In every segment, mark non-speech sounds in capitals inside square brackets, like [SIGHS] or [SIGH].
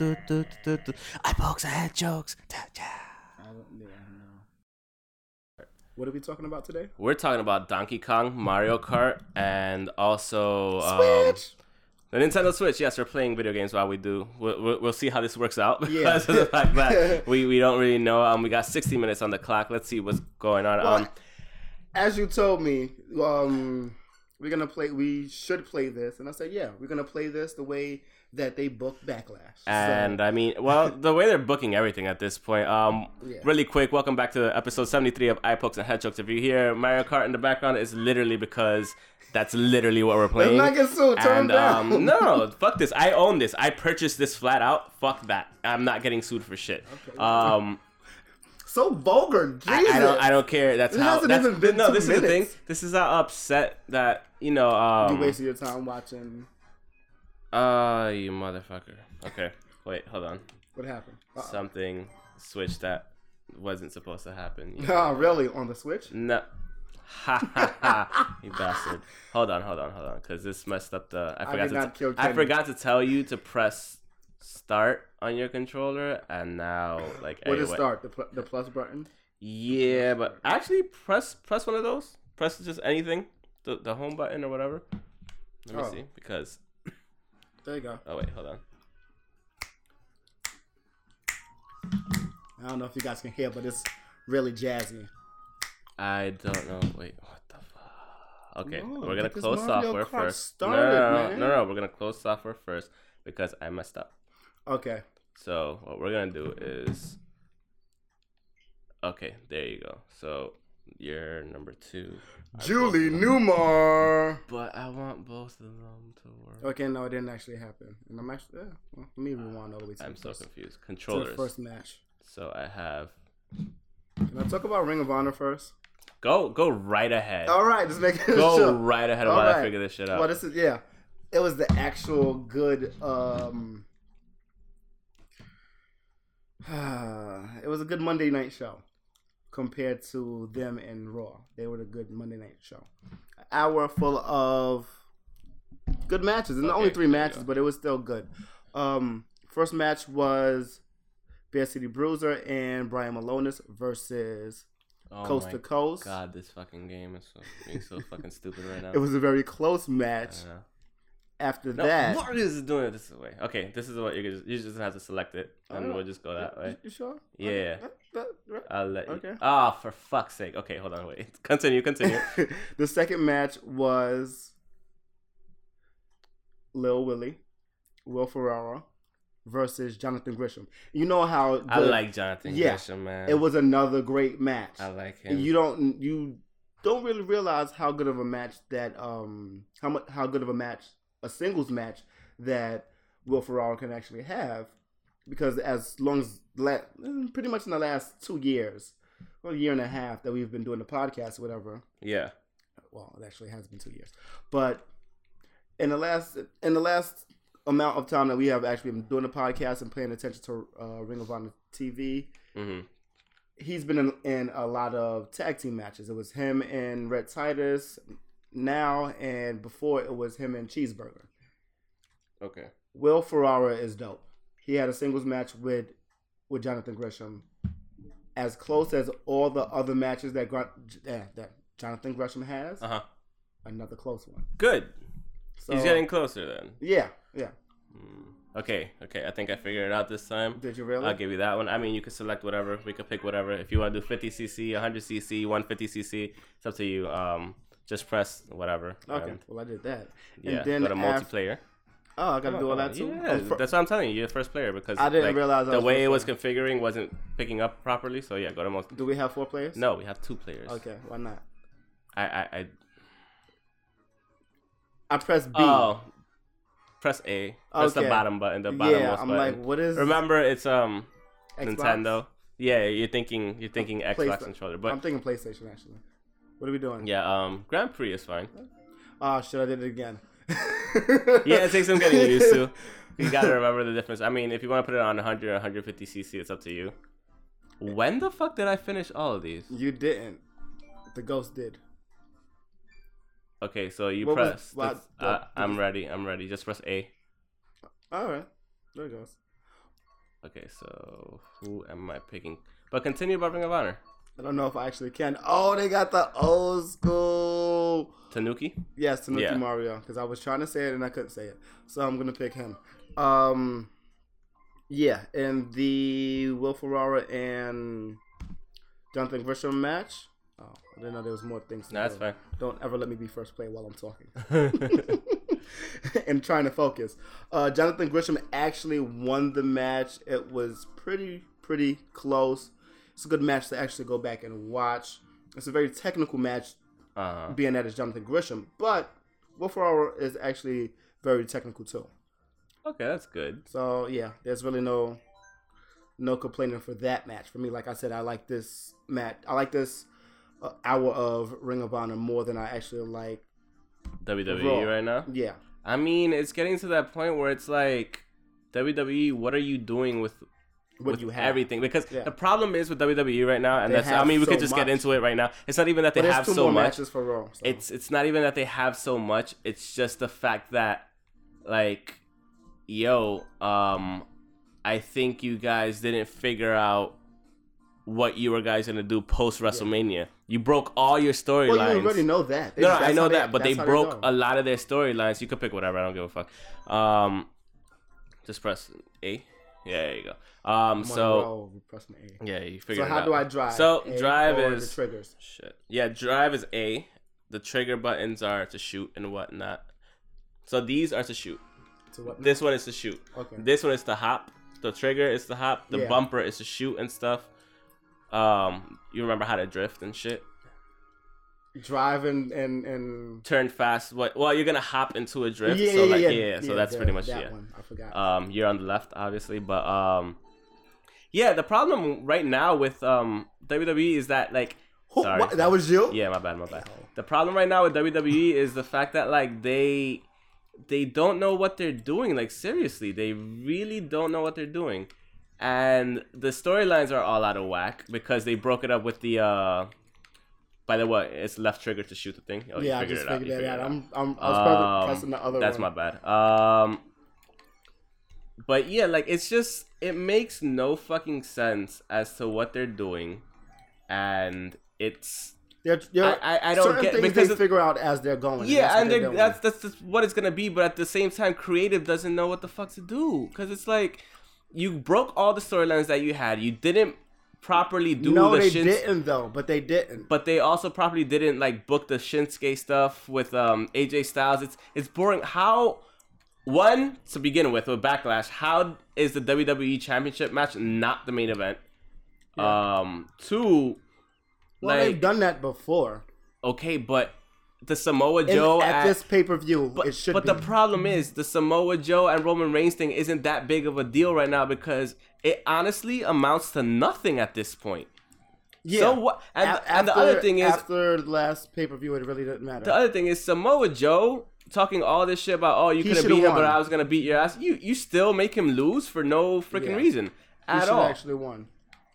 I pokes, I had jokes. What are we talking about today? We're talking about Donkey Kong, Mario Kart, and also um, the Nintendo Switch. Yes, we're playing video games while we do. We'll, we'll, we'll see how this works out [LAUGHS] because Yeah. of the [LAUGHS] fact that we, we don't really know. Um, we got 60 minutes on the clock. Let's see what's going on. Well, Um, As you told me, um, we're gonna play. We should play this, and I said, yeah, we're gonna play this the way that they booked Backlash. So, and I mean, well, the way they're booking everything at this point. Um, Yeah. really quick, welcome back to episode 73 of iPokes and Hedgehogs. If you hear Mario Kart in the background, it's literally because that's literally what we're let's playing. not get sued. Turn and down. [LAUGHS] um, no, fuck this. I own this. I purchased this flat out. Fuck that. I'm not getting sued for shit. Um, so vulgar. Jesus. I, I don't. I don't care. That's It how. hasn't that's, even been no. two This is the thing. minutes. This is how upset that you know. Um, You wasted your time watching. uh, you motherfucker. Okay, wait, hold on. What happened? Uh-oh. [LAUGHS] Something switched that wasn't supposed to happen. [LAUGHS] You Oh, really? On the Switch? No. [LAUGHS] Ha ha ha! You bastard. Hold on, hold on, hold on, because this messed up the. I forgot did to. not kill I Kenny. forgot to tell you to press start on your controller, and now like. Where to anyway. start? The, pl- the plus button? Yeah, but actually, press press one of those. Press just anything, the the home button or whatever. Let me Oh. see because. There you go. Oh wait, hold on. I don't know if you guys can hear, but it's really jazzy. I don't know. Wait, what the fuck? Okay, No, we're gonna get this close Mario software Kart first. started, no, no, no, man. no, no, we're gonna close software first because I messed up. Okay. So what we're gonna do is, okay, there you go. So you're number two, I Julie Newmar. but I want both of them to work. Okay, no, it didn't actually happen. And I'm actually, yeah, well, let me rewind all the way to, I'm the, so first, confused. to the Controllers. first match. So I have Can I talk about Ring of Honor first? go go right ahead. All right, just making it Go [LAUGHS] sure. right ahead All while I right. figure this shit out. Well, this is yeah. It was the actual good. um [SIGHS] It was a good Monday night show compared to them and Raw. They were the good Monday night show. An hour full of good matches, and only Okay, three there you matches, go. but it was still good. Um First match was Bear City Bruiser and Brian Malonis versus oh Coast my to Coast. God, this fucking game is so, being so fucking stupid [LAUGHS] right now. It was a very close match. I know. After Uh, No, that, what is doing it this way? Okay, this is what you just you just have to select it, I and don't- we'll just go that You- way. You sure? Yeah. Uh, uh, uh, I'll let you. Okay. Ah, for fuck's sake. Okay, hold on. Wait. [LAUGHS] Continue. Continue. uh. [LAUGHS] the second match was Lil Willie, Will Ferrara versus Jonathan Grisham. You know how I good- like Jonathan Yeah. Gresham, man. it was another great match. I like him. You don't you don't really realize how good of a match that um how much how good of a match a singles match that Will Ferrara can actually have because as long as la- mm, pretty much in the last two years, well, a year and a half that we've been doing the podcast, or whatever. yeah. Well, it actually has been two years, but in the last in the last amount of time that we have actually been doing the podcast and paying attention to uh, Ring of Honor TV, hmm he's been in, in a lot of tag team matches. It was him and Red Titus now, and before it was him and Cheeseburger. Okay. Will Ferrara is dope. He had a singles match with with Jonathan Gresham, as close as all the other matches that Gr- eh, that Jonathan Gresham has. Uh huh. Another close one. Good. So, He's getting closer then. yeah, yeah. Okay. Okay. I think I figured it out this time. Did you really? I'll give you that one. I mean, you can select whatever. We can pick whatever. If you want to do 50 cc, 100 cc, 150 cc, it's up to you. Um, just press whatever. Okay, And, well I did that. yeah. and then go to af- multiplayer. Oh, I gotta do all that too. Yeah, Oh, fir- that's what I'm telling you. You're the first player because I didn't realize I the was way first it was configuring wasn't picking up properly. So yeah, go to multiplayer. do we have four players? No, we have two players. Okay, why not? I, I, I I pressed B. oh, press A. Press the Okay. bottom button. The bottom yeah, most I'm button. like, what is Remember, it's um Xbox? Nintendo. Yeah, you're thinking you're thinking Xbox PlayStation. controller, I'm but thinking PlayStation actually. What are we doing? yeah, um, Grand [LAUGHS] Prix is fine. [LAUGHS] Oh shit, I did it again. Yeah, it takes some getting used to. you gotta remember the difference. I mean, if you want to put it on 100 or 150 cc, it's up to you. When the fuck did I finish all of these? [LAUGHS] You didn't. The ghost did. Okay, so you What was- press. what- That's- uh, what- I'm ready. I'm ready. Just press A. All right, there it goes. Okay, so who am I picking? But continue about Ring of Honor. I don't know if I actually can. Oh, they got the old school. Tanuki. Yes, Tanuki Yeah. Mario, because I was trying to say it and I couldn't say it, so I'm gonna pick him. Um, yeah, and the Will Ferrara and Jonathan Grisham match. Oh, I didn't know there was more things. to No, that's do. fine. Don't ever let me be first play while I'm talking. [LAUGHS] [LAUGHS] and trying to focus. Uh, Jonathan Grisham actually won the match. It was pretty, pretty close. It's a good match to actually go back and watch. It's a very technical match, Uh-huh. being that it's Jonathan Grisham, but Will Ferrara is actually very technical too. Okay, that's good. So yeah, there's really no no complaining for that match for me. Like I said, I like this match. I like this uh, hour of Ring of Honor more than I actually like. WWE Raw. E right now. Yeah, I mean, it's getting to that point where it's like, WWE, what are you doing with what with you have. everything? Because Yeah. the problem is with WWE right now, and They that's I have mean, we so could just get much. into it right now. It's not even that they But there's have two so more much. matches for Raw. so- It's it's not even that they have so much. It's just the fact that, like, yo, um, I think you guys didn't figure out what you were guys gonna do post WrestleMania. You broke all your storylines. well, you already know that. No, no, That's I know how they- that, but they that's how go. broke a lot of their storylines. You could pick whatever. I don't give a fuck. Um, just press A. Yeah, there you go. Um, I'm on so Raw, we press an A. yeah, you figure So it how out. do I drive? So A drive or is the triggers. shit. Yeah, drive is A. The trigger buttons are to shoot and whatnot. So these are to shoot. To what? This one is to shoot. okay. This one is to hop. The trigger is to hop. The Yeah. bumper is to shoot and stuff. Um, you remember how to drift and shit. drive and and and turn fast. What? Well, you're gonna hop into a drift. yeah, so yeah, like, yeah, yeah, So that's the- pretty much that yeah. One. I forgot. Um, you're on the left, obviously, but um, yeah. The problem right now with um WWE is that like, Who, sorry. what, that was you. yeah, my bad, my bad. The problem right now with WWE is the fact that like they they don't know what they're doing. Like seriously, they really don't know what they're doing. And the storylines are all out of whack because they broke it up with the uh by the way, it's left trigger to shoot the thing. Oh, you yeah, I just it out, you figured that out. it I'm, I'm, I was probably Um, pressing the other that's one. my bad. Um, but yeah, like it's just it makes no fucking sense as to what they're doing, and it's They're, they're, I- I- I don't certain get- things because they it- figure out as they're going. yeah, what and they're they're- doing. that's that's just what it's gonna be. But at the same time, creative doesn't know what the fuck to do because it's like you broke all the storylines that you had. You didn't properly do no, the they shits- didn't though, but they didn't. but they also probably didn't like book the Shinsuke stuff with um AJ Styles. It's it's boring. How one to begin with with Backlash, how is the WWE Championship match not the main event? Um, two, well, they've like done that before. okay, but the Samoa And Joe at, at- this pay per view, but, it should but be. the problem is the Samoa Joe and Roman Reigns thing isn't that big of a deal right now because it honestly amounts to nothing at this point. yeah. So what? And, A- and the other after- thing is after the last pay per view, it really didn't matter. The other thing is Samoa Joe talking all this shit about oh you could have should've beat him won. but I was gonna beat your ass. You you still make him lose for no freaking Yeah. reason he at should all. actually won.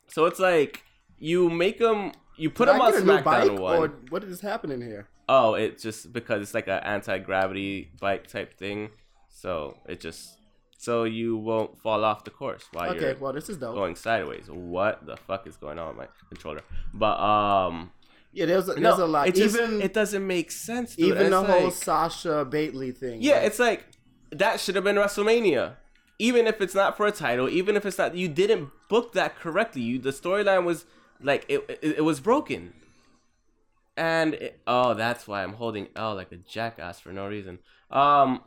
So it's like you make him you put Did him I on get a new bike, SmackDown one. or what is happening here? Oh, it just because it's like an anti gravity bike type thing. So it just so you won't fall off the course while Okay, you're well this is dope. going sideways. What the fuck is going on with my controller? But um Yeah, there's a, there's no, a lot. it just, even it doesn't make sense. dude. even It's the whole like- Sasha Bailey thing. Yeah, like, it's like that should have been WrestleMania. Even if it's not for a title, even if it's not, you didn't book that correctly. You the storyline was like it, it, it was broken, and it, oh, that's why I'm holding L like a jackass for no reason. Um,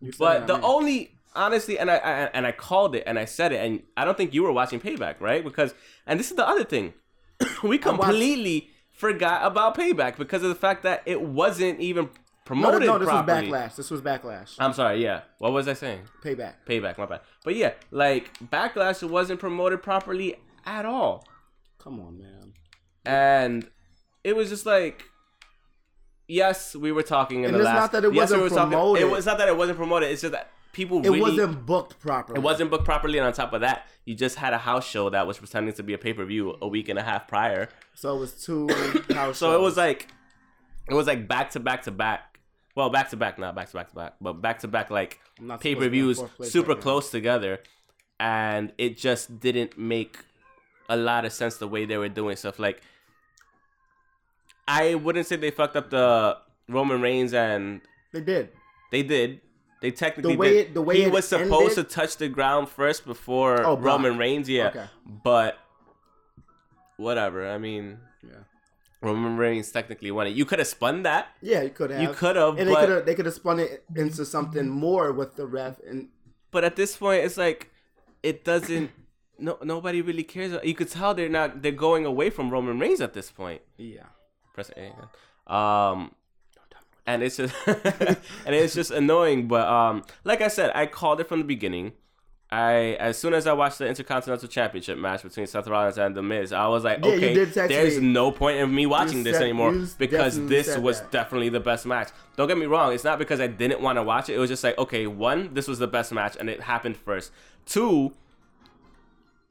you said but that, the man. only honestly, and I, I and I called it and I said it, and I don't think you were watching Payback, right? Because and this is the other thing, [COUGHS] we completely forgot about Payback because of the fact that it wasn't even no, no, promoted no, this properly. was backlash. This was backlash. I'm sorry, yeah. What was I saying? Payback. Payback, my bad. But yeah, like Backlash wasn't promoted properly at all. Come on, man. And it was just like Yes, we were talking in And the it's last not that it yes, we wasn't were talking- promoted. it was it's not that it wasn't promoted, it's just that people It really wasn't booked properly. it wasn't booked properly, and on top of that, you just had a house show that was pretending to be a pay per view a week and a half prior. So it was two [COUGHS] house So it was shows. like, it was like back to back to back. Well, back to back, not back to back to back, but back to back like I'm not supposed to be pay in per views, fourth place super right now. close together, and it just didn't make a lot of sense the way they were doing stuff. Like, I wouldn't say they fucked up the Roman Reigns, and They did. they did. They technically The way did. it- the way he it was supposed ended- to touch the ground first before Oh, Brock. Roman Reigns, yeah. Okay. But whatever. I mean, Yeah. Roman Reigns technically won it. You could have spun that. Yeah, you could have. You could have, and they but- could have. They could have spun it into something more with the ref and but at this point it's like it doesn't no nobody really cares you could tell they're not they're going away from roman reigns at this point yeah. press a um and it's just [LAUGHS] and it's just annoying but um like i said i called it from the beginning I as soon as I watched the Intercontinental Championship match between Seth Rollins and The Miz, I was like, Yeah, you okay, did text there's me. no point in me watching this said- anymore you because definitely this said was that. definitely the best match. Don't get me wrong, it's not because I didn't want to watch it. It was just like, okay, one, this was the best match and it happened first. Two,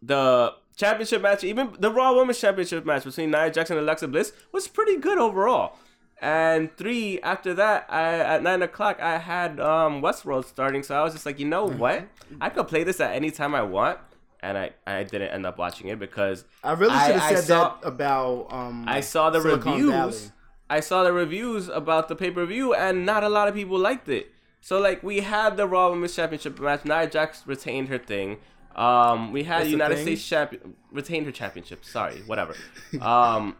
the championship match, even the Raw Women's Championship match between Nia Jackson and Alexa Bliss was pretty good overall. And three, after that, I at nine o'clock I had um Westworld starting, so I was just like, you know Hmm. what? I could play this at any time I want. And I, I didn't end up watching it because I really I- should have I said saw- that about. Um, I saw the Silicon reviews. Valley. I saw the reviews about the pay per view, and not a lot of people liked it. So like we had the Raw Women's Championship match. Nia Jax retained her thing. Um, we had That's the United thing? States champion retained her championship. Sorry, whatever. Um,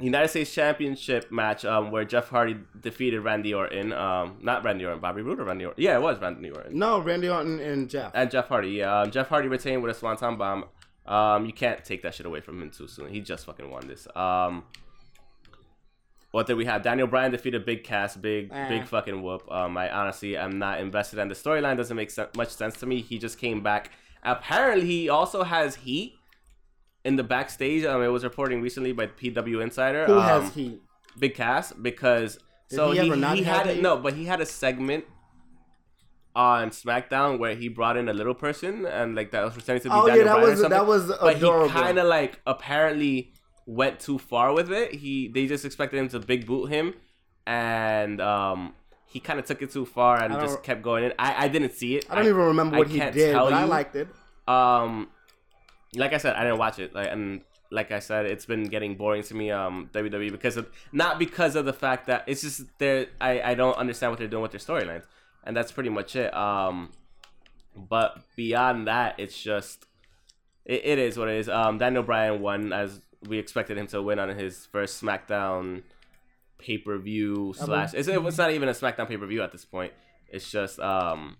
United States Championship match um, where Jeff Hardy defeated Randy Orton. Um, not Randy Orton, Bobby Roode or Randy Orton. Yeah, it was Randy Orton No, Randy Orton and Jeff. and Jeff Hardy. Yeah, um, Jeff Hardy retained with a swanton bomb. Um, you can't take that shit away from him too soon. He just fucking won this. Um, what did we have? Daniel Bryan defeated Big Cass. Big Eh. big fucking whoop. Um, I honestly am not invested, and the storyline doesn't make sen- much sense to me. He just came back. Apparently, he also has heat in the backstage. Um, it was reporting recently by PW Insider. Who um, has he? Big Cass because Did so he he, ever not he have had that a, no, but he had a segment on SmackDown where he brought in a little person and like that was pretending to be Oh, Daniel yeah, that Bryan or was- that something. was but adorable. he kind of like apparently went too far with it. He they just expected him to big boot him, and um he kind of took it too far and I just don't- kept going in. I I didn't see it. I don't even remember I what he can't did, tell but I you. liked it. Um, like I said, I didn't watch it. Like and like I said, it's been getting boring to me. Um, WWE because of not because of the fact that it's just there. I I don't understand what they're doing with their storylines, and that's pretty much it. Um, but beyond that, it's just it, it is what it is. Um, Daniel Bryan won as we expected him to win on his first SmackDown pay per view slash. It's, it's not even a SmackDown pay per view at this point. It's just um,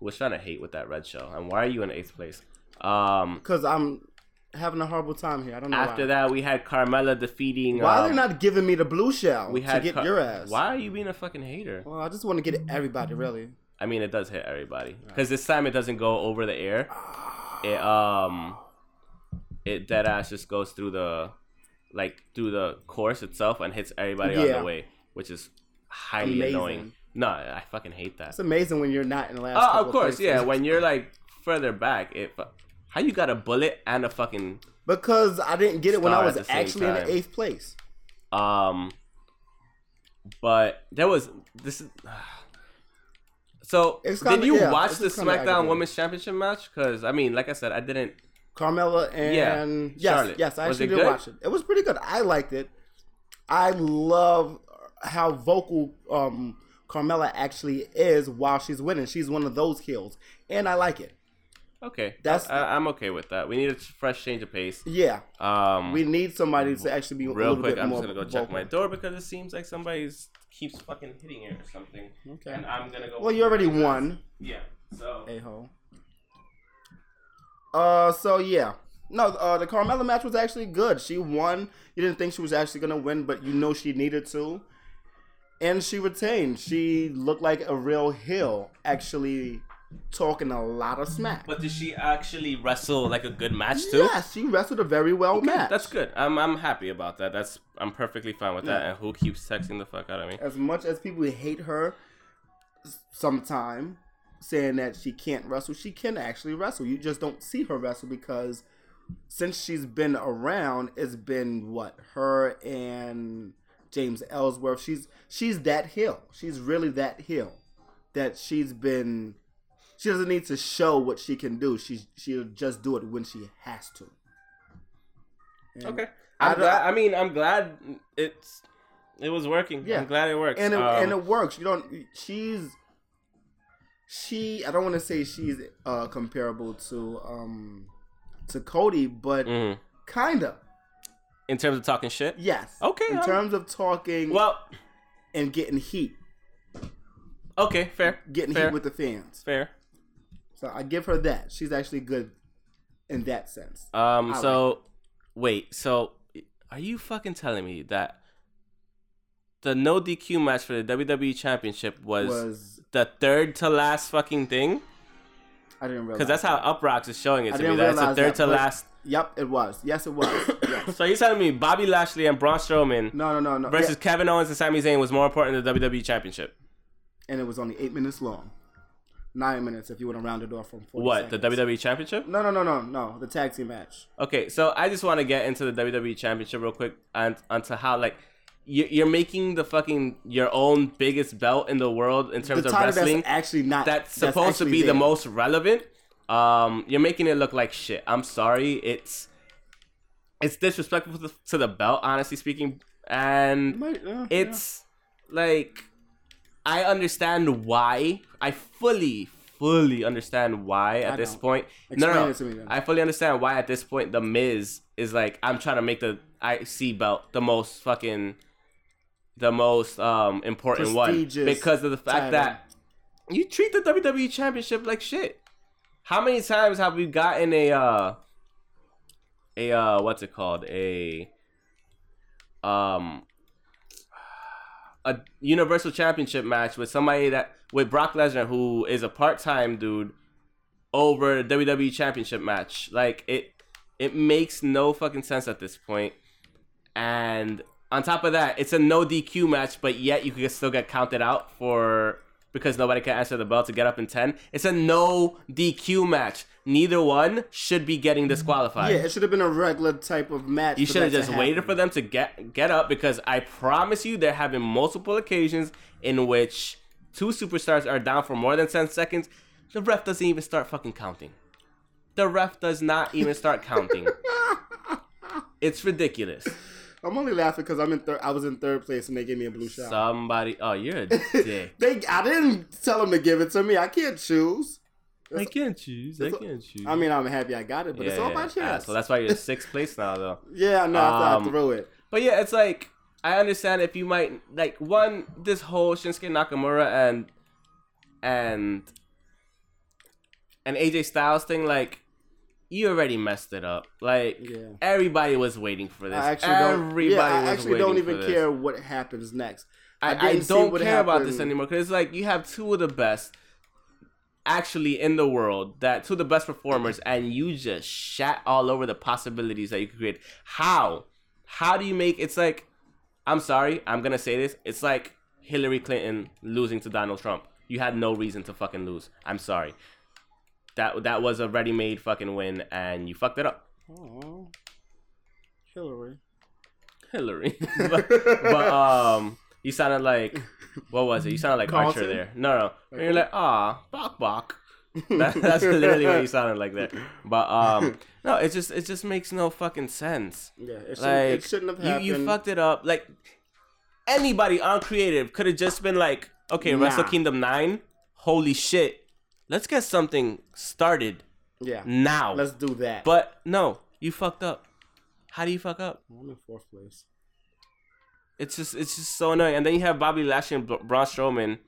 was trying to hate with that red show. And why are you in eighth place? Um, Cause I'm having a horrible time here. I don't know after why. that we had Carmella defeating. Why are um, they not giving me the blue shell We had to get Car- your ass? Why are you being a fucking hater? Well, I just want to get everybody really. I mean, it does hit everybody because this time it doesn't go over the air. It um, it dead ass just goes through the, like through the course itself and hits everybody on Yeah. the way, which is highly Amazing. annoying. No, I fucking hate that. It's amazing when you're not in the last. Oh, couple of course, yeah. places. When you're like further back, it. fu- How you got a bullet and a fucking [LAUGHS] Because I didn't get it when I Star at was the same actually in time. the eighth place. Um, but there was this. Is, [SIGHS] so It's did kinda- you yeah, watch it's the just kinda SmackDown aggravating. Women's Championship match? Because I mean, like I said, I didn't. Carmella and Yeah, yes, Charlotte. yes, I Was actually it did good? watch it. It was pretty good. I liked it. I love how vocal um, Carmella actually is while she's winning. She's one of those heels, and I like it. Okay, That's- that's I, I'm okay with that. We need a fresh change of pace. Yeah, Um, we need somebody to actually be a real little quick, bit I'm more just gonna go check vocal. my door because it seems like somebody's keeps fucking hitting it or something. Okay. and I'm gonna go. Well, you already won, Yeah. So a hole. Uh, so yeah. No, uh, the Carmella match was actually good. She won. You didn't think she was actually gonna win, but you know she needed to, and she retained. She looked like a real heel, actually talking a lot of smack. but did she actually wrestle like a good match too? yeah, she wrestled a very well Okay, match. That's good. I'm I'm happy about that. That's I'm perfectly fine with that. And who keeps texting the fuck out of me? as much as people hate her, sometime saying that she can't wrestle. She can actually wrestle. You just don't see her wrestle because since she's been around, it's been what her and James Ellsworth. She's she's that heel. She's really that heel that she's been. She doesn't need to show what she can do. She she'll just do it when she has to. And- Okay. I I'm don't- glad, I mean, I'm glad it's it was working. Yeah. I'm glad it worked. and it, Um, and it works. You don't. She's she. I don't want to say she's uh, comparable to um to Cody, but mhm. kinda. in terms of talking shit. Yes. Okay, In I'm- terms of talking Well, and getting heat, okay, fair. getting fair, heat with the fans. fair. So I give her that. She's actually good in that sense. Um. I so, wait. So, are you fucking telling me that the no DQ match for the WWE Championship was, Was the third to last fucking thing? I didn't realize Because that's how that. Up Rocks is showing it I to me. didn't That it's the realize third that, to but- last. Yep, it was. Yes, it [COUGHS] was. yes. So you're telling me Bobby Lashley and Braun Strowman No, no, no, no. versus Yeah. Kevin Owens and Sami Zayn was more important than the WWE Championship? And it was only eight minutes long. Nine minutes if you want to round it off from 40 What the E? seconds. WWE Championship? No, no, no, no, no. The tag team match. Okay, so I just want to get into the WWE Championship real quick and onto how like you- you're making the fucking your own biggest belt in the world in terms the of title wrestling that's actually not. that's supposed to actually be the there. most relevant. Um, you're making it look like shit. I'm sorry, it's it's disrespectful to the, to the belt, honestly speaking, and Might- uh, yeah. it's like I understand why. I fully, fully understand why at I this don't. point. no, Explain no, no. it to me then. I fully understand why at this point the Miz is like I'm trying to make the IC belt the most fucking, the most um important one Prestigious because of the title. fact that you treat the WWE Championship like shit. How many times have we gotten a uh a uh what's it called a um a Universal Championship match with somebody that with Brock Lesnar who is a part time dude over a WWE Championship match. Like it it makes no fucking sense at this point. And on top of that, it's a no DQ match, but yet you could still get counted out for because nobody can answer the bell to get up in ten. It's a no DQ match. Neither one should be getting disqualified. yeah, it should have been a regular type of match. You for should have that to just waited happen. for them to get get up because I promise you there have been multiple occasions in which two superstars are down for more than 10 seconds. The ref doesn't even start fucking counting. The ref does not even [LAUGHS] start counting. It's ridiculous. I'm only laughing because I'm in third. I was in third place and they gave me a blue shot. Somebody, oh, [LAUGHS] you're a dick. They, I didn't tell them to give it to me. I can't choose. I can't choose. I can't choose. I mean, I'm happy I got it, but it's all my chance. Ah, so that's why you're in sixth place now, though. yeah, no, I thought Um, I'd throw it. But yeah, it's like I understand if you might like one this whole Shinsuke Nakamura and and and AJ Styles thing like you already messed it up. Like Yeah. everybody was waiting for this. I actually don't. everybody Yeah, I was actually waiting don't for even this. care what happens next. I, I, didn't see don't what care about this happened. anymore because like you have two of the best actually in the world that two of the best performers and you just shat all over the possibilities that you could create how how do you make it's like i'm sorry i'm gonna say this it's like hillary clinton losing to donald trump you had no reason to fucking lose i'm sorry that that was a ready-made fucking win and you fucked it up Oh, Hillary. hillary [LAUGHS] but, but um, you sounded like what was it? You sounded like Archer Carlton? there. No, no. And you're like, ah, [LAUGHS] bok bok. That, that's literally what you sounded like there. But um, no, it just it just makes no fucking sense. Yeah, it, Like shouldn't, it shouldn't have happened. You, you fucked it up. Like anybody on creative could have just been like, okay, Nah. Wrestle Kingdom nine. Holy shit, let's get something started Yeah, now. let's do that. but no, you fucked up. How do you fuck up? I'm in fourth place. It's just it's just so annoying. And then you have Bobby Lashley and Bra- Braun Strowman.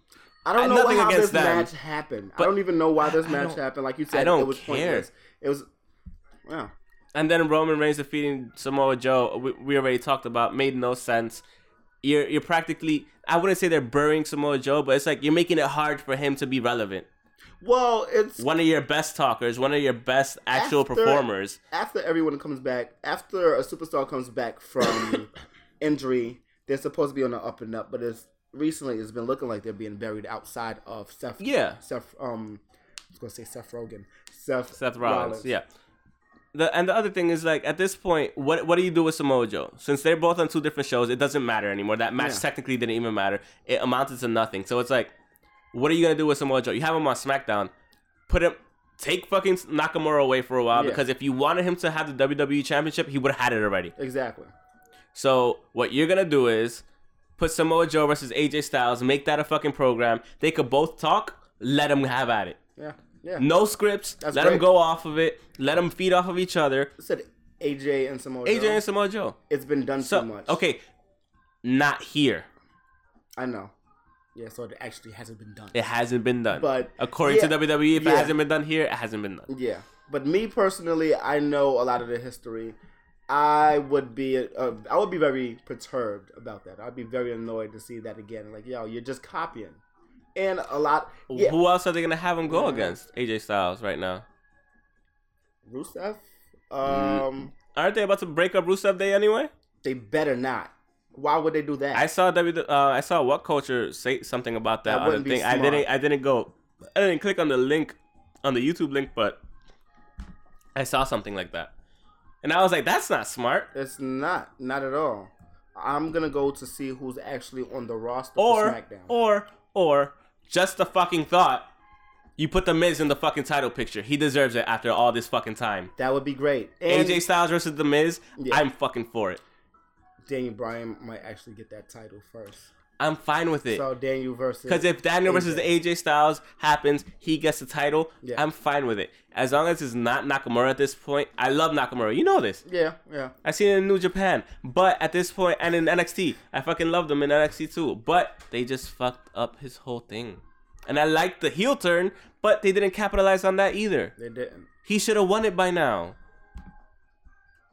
I don't And know nothing how against this them, match happened. but I don't even know why this I match don't- happened. Like you said, don't it was care. pointless. It was. Wow. And then Roman Reigns defeating Samoa Joe, we, we already talked about, made no sense. You're you're practically I wouldn't say they're burying Samoa Joe, but it's like you're making it hard for him to be relevant. Well, it's One of your best talkers, one of your best actual After- performers. after everyone comes back, after a superstar comes back [COUGHS] from injury, they're supposed to be on the up and up. But it's recently it's been looking like they're being buried outside of Seth. Yeah. Seth. Um. was gonna say Seth Rogen. Seth, Seth Rollins. Yeah. The, and the other thing is like at this point, what what do you do with Samoa Joe? Since they're both on two different shows, it doesn't matter anymore. That match Yeah. technically didn't even matter. It amounted to nothing. So it's like, what are you gonna do with Samoa Joe? You have him on SmackDown. Put him, take fucking Nakamura away for a while Yeah. because if you wanted him to have the WWE Championship, he would have had it already. Exactly. So what you're gonna do is put Samoa Joe versus AJ Styles, make that a fucking program. They could both talk. Let them have at it. Yeah. Yeah. No scripts. That's let them great. go off of it. Let them feed off of each other. I said AJ and Samoa. AJ Joe. and Samoa Joe. it's been done so, So much. okay, not here. I know. Yeah, so it actually hasn't been done. It hasn't been done. But- according yeah, to WWE, if yeah. it hasn't been done here, it hasn't been done. Yeah, but me personally, I know a lot of the history. I would be, uh, I would be very perturbed about that. I'd be very annoyed to see that again. Like, yo, you're just copying, and a lot. Yeah, Who else are they gonna have him go Yeah. against? AJ Styles right now. Rusev. Mm. Um, Aren't they about to break up Rusev Day anyway? they better not. Why would they do that? I saw W. Uh, I saw what culture say something about that, That on wouldn't the be thing. I smart. didn't. I didn't go. I didn't click on the link, on the YouTube link, but I saw something like that, and I was like, "That's not smart." it's not, not at all. I'm gonna go to see who's actually on the roster for Or, SmackDown. or, or, just the fucking thought. You put the Miz in the fucking title picture. He deserves it after all this fucking time. that would be great. And AJ Styles versus the Miz. Yeah. I'm fucking for it. Daniel Bryan might actually get that title first. I'm fine with it. So Daniel versus Because if Daniel versus the AJ Styles happens, he gets the title. Yeah. I'm fine with it. As long as it's not Nakamura at this point. I love Nakamura. You know this. yeah, yeah. I seen it in New Japan. But at this point, and in NXT, I fucking loved him in NXT too. But they just fucked up his whole thing. And I liked the heel turn, but they didn't capitalize on that either. They didn't. He should have won it by now.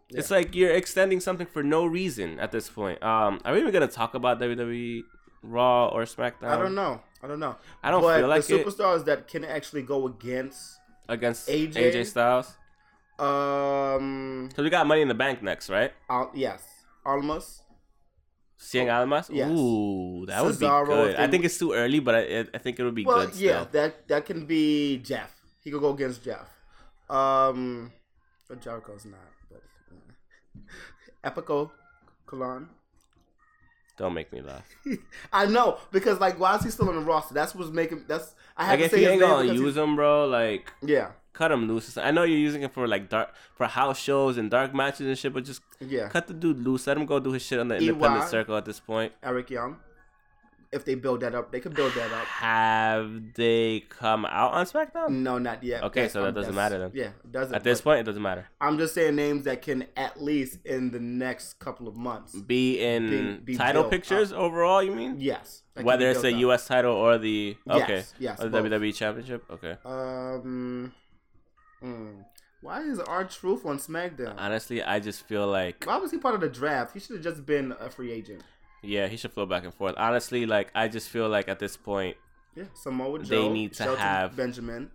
It's like you're extending something for no reason at this point. Um, are we even gonna talk about WWE Raw or SmackDown? I don't know. I don't know. Um, I don't but feel like the it. superstars that can actually go against against AJ, AJ? Styles. um Cause we got Money in the Bank next, right? Al- yes, Almas. Cien Almas. Oh, yes. Ooh, that would be Cesaro good. I and- think it's too early, but I, I- I think it would be Well, good. yeah, Still. that that can be Jeff. He could go against Jeff. Um, but Jericho's not. But uh, [LAUGHS] Epico Kalan. Don't make me laugh. [LAUGHS] I know because like why is he still on the roster? That's what's making. That's I have Like if to say you his ain't name gonna because use him, bro, like he- yeah, cut him loose. I know you're using him for like dark for house shows and dark matches and shit, but just yeah. cut the dude loose. Let him go do his shit on the independent EY. circle at this point. Eric Young. If they build that up, they could build that up. Have they come out on SmackDown? No, not yet. Okay, so that um, doesn't that's- matter then. Yeah, it doesn't. At this but point, it doesn't matter. I'm just saying names that can at least in the next couple of months. Be in Be- be title built pillars overall, you mean? Yes. that can be Whether it's the built up. U.S. title or the Yes, okay, yes, or the both. Uh, WWE Championship. Okay. Um. mm. why is our Truth on SmackDown? Honestly, I just feel like Why was he part of the draft? He should have just been a free agent. yeah, he should flow back and forth. Honestly, like I just feel like at this point, Yeah, Samoa They Joe. need to Shelton have- Benjamin.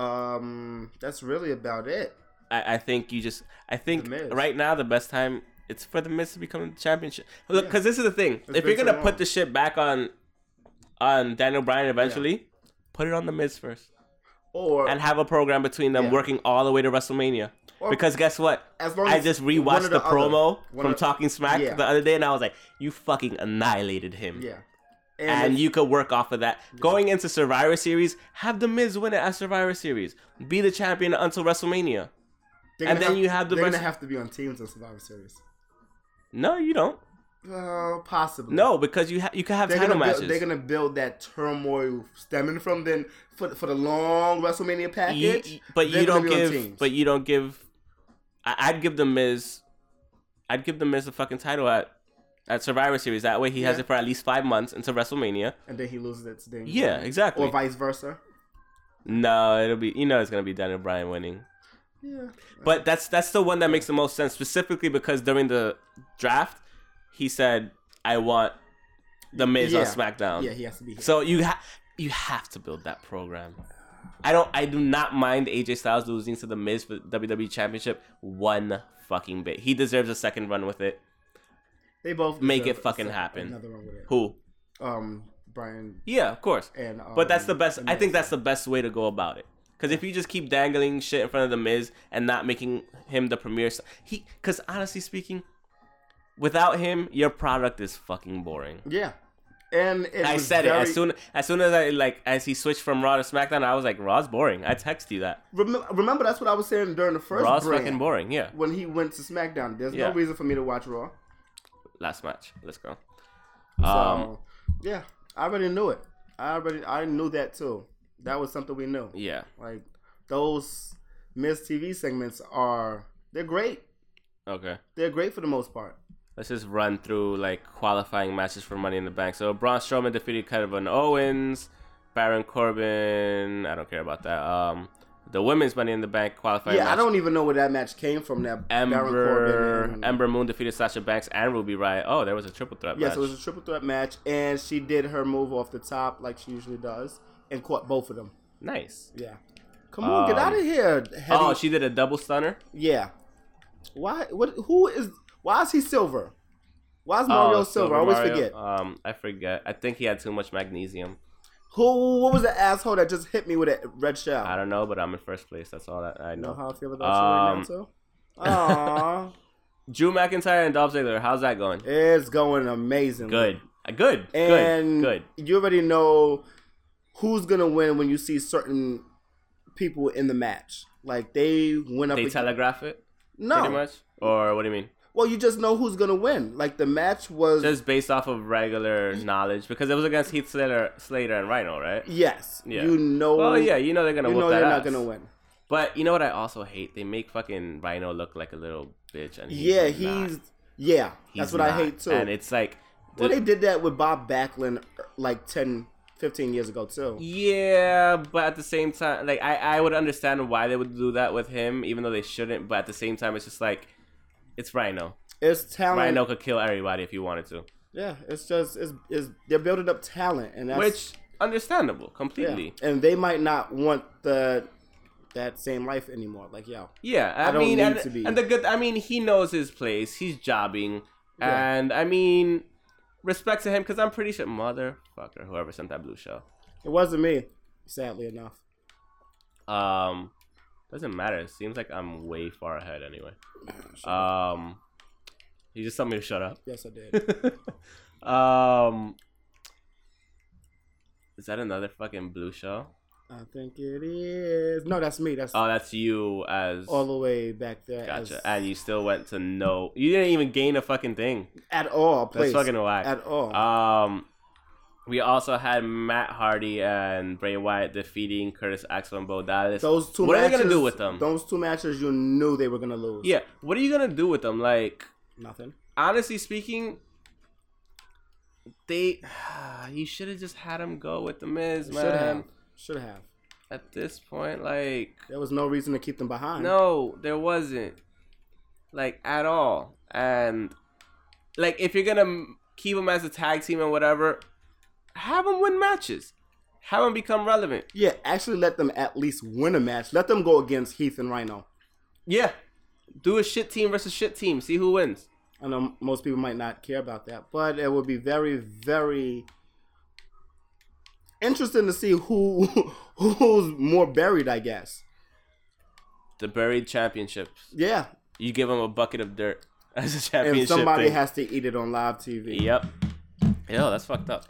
Um, that's really about it. I, I think you just I think The Miz. right now the best time it's for the Miz to become the championship. Look, Yeah. because this is the thing. if been you're so gonna long. put the shit back on on Daniel Bryan eventually, put it on the Miz first Or and have a program between them Yeah. working all the way to WrestleMania. Or- because guess what? as long I as just one or rewatched the, other. promo One from or- Talking Smack Yeah. the other day, and I was like, "You fucking annihilated him." Yeah, and if- you could work off of that. Going into Survivor Series, have the Miz win it at Survivor Series, be the champion until WrestleMania. they're and gonna then you have the they're rest- gonna have to be on teams in Survivor Series. No, you don't. Uh, possibly. No, because you ha- you can have They're title gonna, matches. build, they're gonna build that turmoil stemming from then for for the long WrestleMania You- package. you- but they're you gonna don't be on give. teams. But you don't give. I- I'd give the Miz. I'd give the Miz the fucking title at at Survivor Series. That way, he has Yeah. it for at least five months until WrestleMania. and then he loses it to Daniel. Yeah, Bryan. exactly. Or vice versa. No, it'll be you know it's gonna be Daniel Bryan winning. Yeah. But that's that's the one that makes the most sense, specifically because during the draft, he said, "I want the Miz on Yeah. SmackDown." yeah, he has to be. Here. So you ha- you have to build that program. I don't. I do not mind AJ Styles losing to the Miz for the WWE Championship one fucking bit. He deserves a second run with it. they both make deserve it fucking so- happen. Another one with it. Who? Um, Brian Yeah, of course. and. Um, But that's the best. I think Amazing. that's the best way to go about it. Because if you just keep dangling shit in front of the Miz and not making him the premier, s- he. Because honestly speaking, without him, your product is fucking boring. Yeah, and it I was said it very- as soon as soon as I like as he switched from Raw to SmackDown, I was like, Raw's boring. I text you that. Remem- remember, that's what I was saying during the first Raw's brand, fucking boring. Yeah. when he went to SmackDown. There's Yeah. no reason for me to watch Raw. Last match. Let's go. So Um. yeah, I already knew it. I already I knew that too. That was something we knew. Yeah. Like those Miss TV segments are they're great. Okay. They're great for the most part. Let's just run through like qualifying matches for Money in the Bank. So Braun Strowman defeated Kevin Owens, Baron Corbin. I don't care about that. Um, the women's Money in the Bank qualifying yeah, match. I don't even know where that match came from. That Baron Ember and- Ember Moon defeated Sasha Banks and Ruby Riot. Oh, there was a triple threat Yes, match. it was a triple threat match, and she did her move off the top like she usually does, and caught both of them. nice. Yeah. Come on, get Um, out of here. Heavy. Oh, she did a double stunner. yeah. Why? What? Who is? Why is he silver? Why is Mario Oh, silver? I always Mario. forget. Um, I forget. I think he had too much magnesium. Who? What was the asshole that just hit me with a red shell? I don't know, but I'm in first place. That's all that I You know know. how I feel about Um, you right [LAUGHS] now, too. Aww, Drew McIntyre and Dolph Ziggler. How's that going? it's going amazing. Good. Uh, Good. And good. you already know who's gonna win when you see certain people in the match. Like they went Good. up. They ag- telegraph it no. pretty much, or what do you mean? Well, you just know who's gonna win. Like the match was Just based off of regular Mm. knowledge, because it was against Heath Slater, Slater and Rhino, right? yes. Yeah. You know. Well, yeah, you know they're gonna You whoop know that they're not ass. gonna win. But you know what I also hate? They make fucking Rhino look like a little bitch, and he's yeah, not. he's yeah. that's He's what I not. hate too. And it's like, well, the- they did that with Bob Backlund uh, like 10, 15 years ago too. Yeah, but at the same time, like I, I would understand why they would do that with him, even though they shouldn't. But at the same time, it's just like it's Rhino. It's talent. Rhino could kill everybody if you wanted to, Yeah, it's just it's, it's they're building up talent, and that's, which understandable yeah. completely. and they might not want the that same life anymore. Like yo, Yeah, I, I don't mean, need and, to be. and the good. I mean, he knows his place. He's jobbing, Yeah. and I mean, respect to him because I'm pretty sure motherfucker whoever sent that blue shell. it wasn't me. Sadly [CLEARS THROAT] enough, Um, doesn't matter. It seems like I'm way far ahead anyway. Um, he just told me to shut up. [LAUGHS] yes, I did. um, is that another fucking blue shell? I think it is. No, that's me. That's Oh, that's you as all the way back there. gotcha, as- and you still went to no. You didn't even gain a fucking thing. at all, That's please. fucking whack. at all. Um, we also had Matt Hardy and Bray Wyatt defeating Curtis Axel and Bo Dallas. those two. what are matches, they gonna do with them? Those two matches, you knew they were gonna lose. yeah, what are you gonna do with them? Like, nothing. honestly speaking. They, [SIGHS] you should have just had him go with the Miz, Should have. man. Should have. At this point, like, There was no reason to keep them behind. No, there wasn't. Like at all. And like if you're gonna m- keep them as a tag team and whatever, have them win matches. Have them become relevant. Yeah, actually, let them at least win a match. Let them go against Heath and Rhino. Yeah. Do a shit team versus shit team. See who wins. I know most people might not care about that, but it would be very, very interesting to see who [LAUGHS] who's more buried. I guess. The buried championships. Yeah, You give them a bucket of dirt [LAUGHS] as a and championship. somebody thing. has to eat it on live TV. Yep. Yo, that's fucked [LAUGHS] up.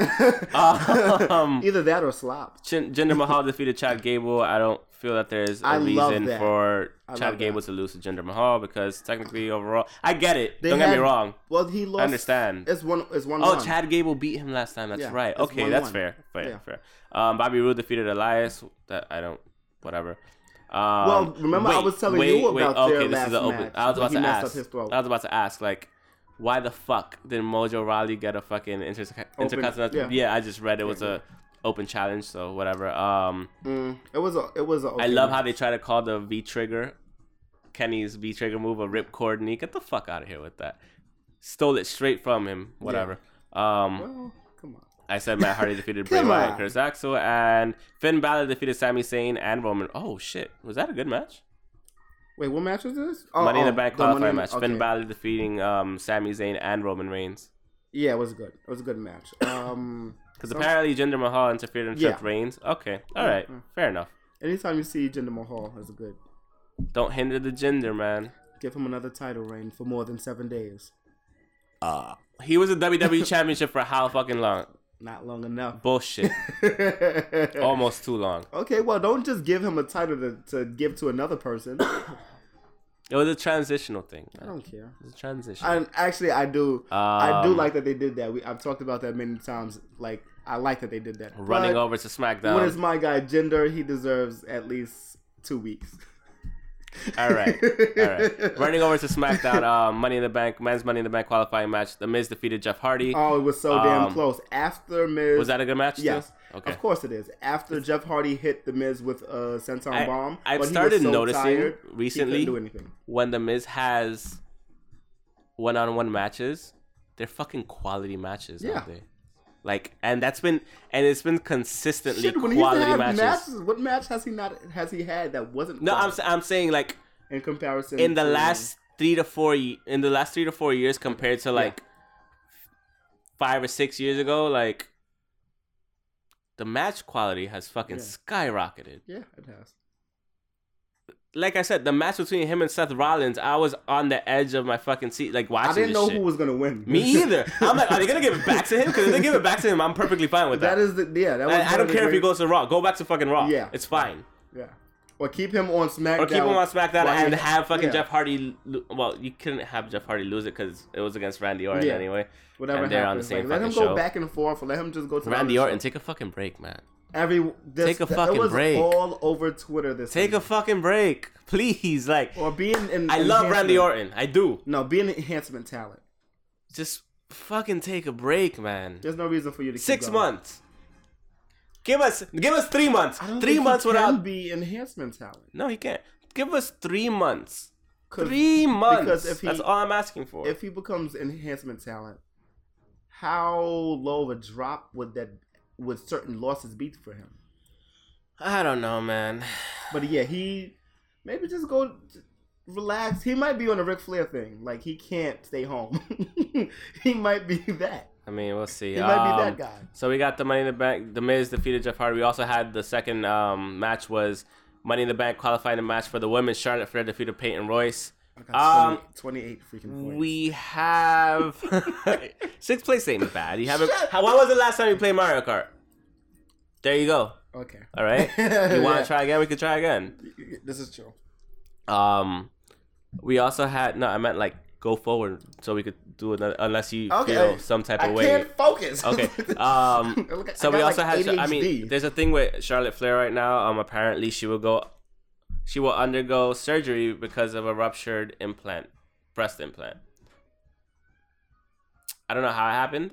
um, Either that or slop. Jin- [LAUGHS] Jinder Mahal defeated Chad Gable. I don't feel that there's a I love reason that. for I love Chad Gable to lose to Jinder Mahal because technically overall, I get it. They don't get me had- wrong. Well, he lost. I understand. It's one. It's one. Oh, one. Chad Gable beat him last time. That's Yeah, right. it's Okay, one that's one. fair. Fair, Yeah. fair. Um, Bobby Roode defeated Elias. That I don't. Whatever. Um, Well, remember I wait, was telling wait, you wait, about their okay, this last is an open, match, I was where about he to messed up ask. his throat. I was about to ask, like, why the fuck did Mojo Raleigh get a fucking inter- intercontinental? yeah. yeah, I just read it was a open challenge, so whatever. Um, Mm, it was a. It was a. I love how they try to call the V trigger, Kenny's V trigger move a ripcord knee. Get the fuck out of here with that. Stole it straight from him. Whatever. Um, Well, come on. I said Matt [LAUGHS] Hardy defeated Bray Come Wyatt and on. Curtis Axel, and Finn Balor defeated Sami Zayn and Roman. Oh shit, was that a good match? Wait, what match was this? Oh, Money in the oh, Bank Money qualifying in- match. okay. Finn Balor defeating um, Sami Zayn and Roman Reigns. Yeah, it was good. It was a good match. Um, Because So- apparently Jinder Mahal interfered and tripped Yeah. Mm-hmm. Reigns. Okay, all right. fair enough. Anytime you see Jinder Mahal, that's good. Don't hinder the gender, man. Give him another title reign for more than seven days. Ah. He was [LAUGHS] a WWE championship for how fucking long? Not long [LAUGHS] enough. Bullshit. Almost too long. Okay, well, don't just give him a title to, to give to another person. I It was a transitional thing. man. don't care. It was a transition. And actually, Oh. I do. I do Um, like that they did that. We, I've talked about that many times. Like, I like that they did that. running But over to When it's SmackDown. my guy Gender, he deserves at least two weeks. [LAUGHS] All right. All right. Running over to SmackDown. Um, Money in the Bank, men's Money in the Bank qualifying match. The Miz defeated Jeff Hardy. Oh, it was so damn Um, close. After Miz, was that a good match? too? Yes. Okay. Of course it is. After Jeff Hardy hit the Miz with a senton I- bomb, I've but he was started so noticing tired, he couldn't recently- do anything. When the Miz has one-on-one matches, they're fucking quality matches, Yeah. aren't they? Like, and that's been and it's been consistently Shit, when he used to quality have matches. matches, what match has he not has he had that wasn't? No, I'm quality s- I'm saying like in comparison in the to- last three to four ye- in the last three to four years compared to like five or six years ago, like the match quality has fucking Yeah. skyrocketed. Yeah, it has. Like I said, the match between him and Seth Rollins, I was on the edge of my fucking seat, like watching. I didn't this know shit. who was gonna win. [LAUGHS] Me either. I'm like, are they gonna give it back to him? Because if they give it back to him, I'm perfectly fine with that. that is the yeah. That was I, I one of don't the care if he great- goes to Raw. Go back to fucking Raw. Yeah. it's fine. Yeah. Or keep him on SmackDown. Or keep him on SmackDown Why- and have fucking yeah. Jeff Hardy. Lo- well, you couldn't have Jeff Hardy lose it because it was against Randy Orton Yeah. anyway. Whatever and they're on the happens. same like, let him fucking go show. back and forth, or let him just go to the Randy other Orton, show. take a fucking break, man. Every this, take a that fucking was break. All over Twitter this. Take week. a fucking break, [LAUGHS] please. Like, or being in. I love enhancement- Randy Orton. I do. No, being an enhancement talent. Just fucking take a break, man. There's no reason for you to keep Six going. months. Give us, give us three months. I don't Three think he months can without. be enhancement talent. No, he can't. Give us three months. 'Cause Three months. if he- That's all I'm asking for. If he becomes enhancement talent, how low of a drop would that would certain losses be for him? I don't know, man. But yeah, he maybe just go relax. He might be on a Ric Flair thing. Like he can't stay home. [LAUGHS] he might be that. I mean, we'll see. He might be Um, that guy. So we got the Money in the Bank. The Miz defeated Jeff Hardy. We also had the second um, match was Money in the Bank qualifying match for the women. Charlotte Flair defeated Peyton Royce. I got um, 20 28 freaking points. We have [LAUGHS] sixth place ain't bad. You haven't. How, when was the last time you played Mario Kart? There you go. okay. All right. [LAUGHS] You want to Yeah. try again? We could try again. This is true. Um, we also had no. I meant like go forward so we could do another. Unless you Okay. feel some type I of way. can't focus. Okay. Um, [LAUGHS] Look, I so we got, also like, had. I mean, ADHD. there's a thing with Charlotte Flair right now. Um, apparently she will go, she will undergo surgery because of a ruptured implant, breast implant. I don't know how it happened,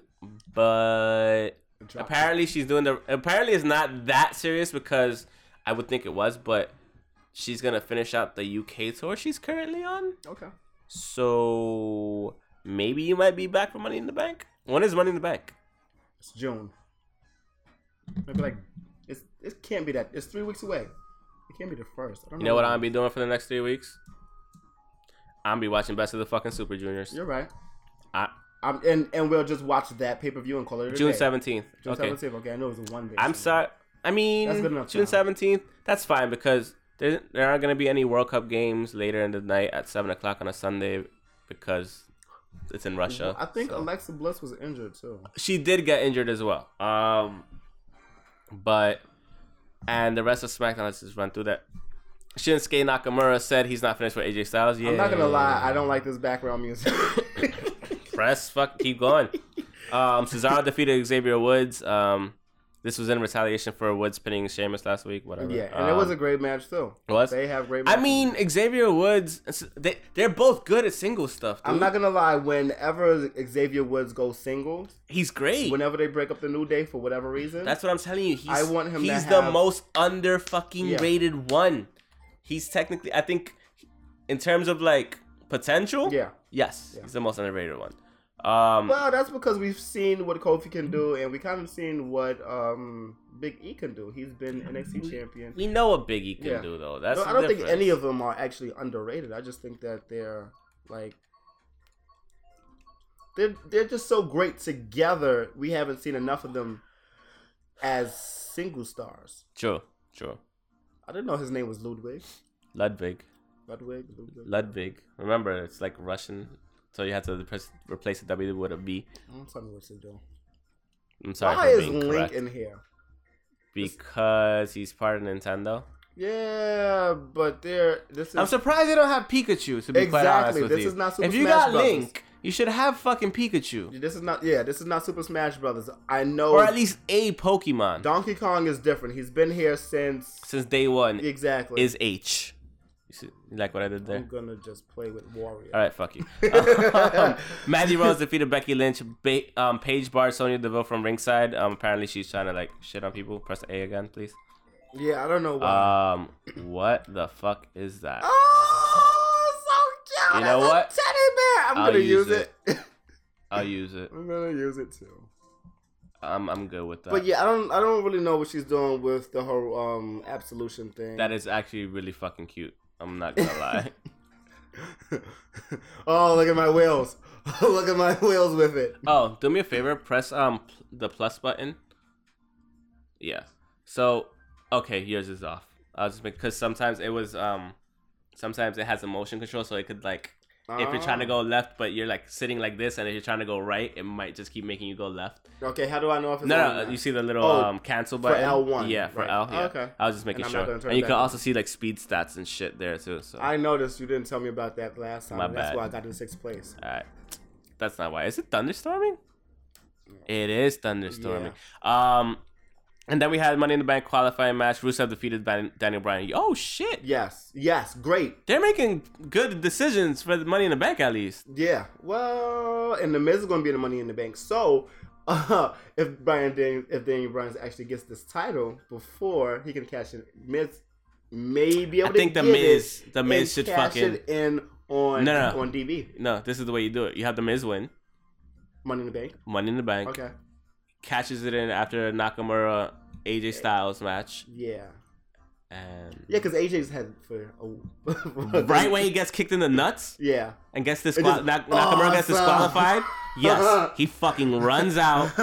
but Drop apparently she's doing the. Apparently it's not that serious because I would think it was, but she's gonna finish out the UK tour she's currently on. it. Okay. So maybe you might be back for Money in the Bank. When is Money in the Bank? It's June. Maybe like it's it can't be that. It's three weeks away. It can't be the first. I don't You know what I'm why. gonna be doing for the next three weeks? I'm gonna be watching Best of the Fucking Super Juniors. You're right. I, Um, and and we'll just watch that pay per view and call it a June day. seventeenth. June Okay. seventeenth. Okay, I know it was a one day. I'm thing. sorry. I mean, That's good enough June time. seventeenth. That's fine because there there aren't gonna be any World Cup games later in the night at seven o'clock on a Sunday because it's in Russia. I think so. Alexa Bliss was injured too. she did get injured as well. Um, but and the rest of SmackDown. Let's just run through that. Shinsuke Nakamura said he's not finished with AJ Styles. Yeah, I'm not gonna lie, I don't like this background [LAUGHS] music. [LAUGHS] press. Fuck, keep going. Um, Cesaro defeated Xavier Woods. Um, this was in retaliation for Woods pinning Sheamus last week. Whatever. yeah, and it was a Um, great match too. it was? They have great. I Matches. mean, Xavier Woods. it's- They they're both good at single stuff. Dude. I'm not gonna lie. Whenever Xavier Woods goes single, He's great. whenever they break up the New Day for whatever reason, That's what I'm telling you. He's, I want him to He's the have- most under fucking Yeah. rated one. He's technically, I think, in terms of like potential. yeah. Yes, Yeah. he's the most underrated one. Um, Well, that's because we've seen what Kofi can do, and we kind of seen what um, Big E can do. He's been NXT champion. we know what Biggie can Yeah. do though. That's No, the I don't think difference. any of them are actually underrated. I just think that they're like they're they're just so great together. We haven't seen enough of them as single stars. True, true. I didn't know his name was Ludwig. Ludwig. Ludwig. Ludwig. Ludwig. Remember, it's like Russian, so you have to press, replace the W with a B. Don't tell me what to do. I'm sorry Why for is being Link correct. in here? Because he's part of Nintendo. Yeah, but there. This is. I'm surprised they don't have Pikachu. To be quite honest Exactly, with this you, is not Super if you Smash got Brothers. Link, you should have fucking Pikachu, This is not. Yeah, this is not Super Smash Brothers. I know. or at least a Pokemon. Donkey Kong is different. He's been here since. Since day one, Exactly. is H. You, see, you like what I did there? I'm gonna just play with Warrior. All right, [LAUGHS] fuck you. Um, [LAUGHS] Mandy Rose defeated Becky Lynch. Ba- um, Paige Bar, Sonya Deville from ringside. Um, apparently she's trying to like shit on people. Press A again, please. Yeah, I don't know why. Um, what the fuck is that? oh, so cute. You know It's a what? Teddy bear. I'm I'll gonna use use it. [LAUGHS] I'll use it. I'm gonna use it too. I'm I'm good with that. But yeah, I don't. I don't really know what she's doing with the whole um absolution thing. that is actually really fucking cute. I'm not gonna lie. [LAUGHS] [LAUGHS] oh, look at my wheels. [LAUGHS] look at my wheels with it. Oh, do me a favor. Press um pl- the plus button. Yeah. So okay, yours is off. I was because sometimes it was um, sometimes it has a motion control, so it could like if you're Ah. trying to go left, but you're like sitting like this, and if you're trying to go right, it might just keep making you go left. Okay, how do I know if it's on No, or no, not? you see the little Oh, um cancel for button. L1, Yeah, for right. Oh, L. Yeah. Okay. Okay. I was just making And I'm not sure, gonna turn and you it can back on. also see like speed stats and shit there too. So I noticed you didn't tell me about that last time. My That's bad. why I got in sixth place. All right. That's not why. Is it thunderstorming? It is thunderstorming. Um, and then we had Money in the Bank qualifying match. Rusev defeated Dan- Daniel Bryan. Oh shit! Yes, yes, great. They're making good decisions for the Money in the Bank at least. Yeah. Well, and the Miz is going to be in the Money in the Bank. So, [LAUGHS] uh, if Brian Dan- if Daniel Bryan actually gets this title before he can cash in, Miz may be able I to think the get Miz- it the Miz and should cash fucking- it in on No, no. on DB No, this is the way you do it. You have the Miz win Money in the Bank. Money in the Bank, Okay. catches it in after Nakamura AJ Styles match, Yeah. and Yeah, because AJ's had for a [LAUGHS] for- right when he gets kicked in the nuts Yeah. [LAUGHS] and gets disqual- just- Nak- Nakamura gets Awesome. disqualified. [LAUGHS] Yes, he fucking runs out.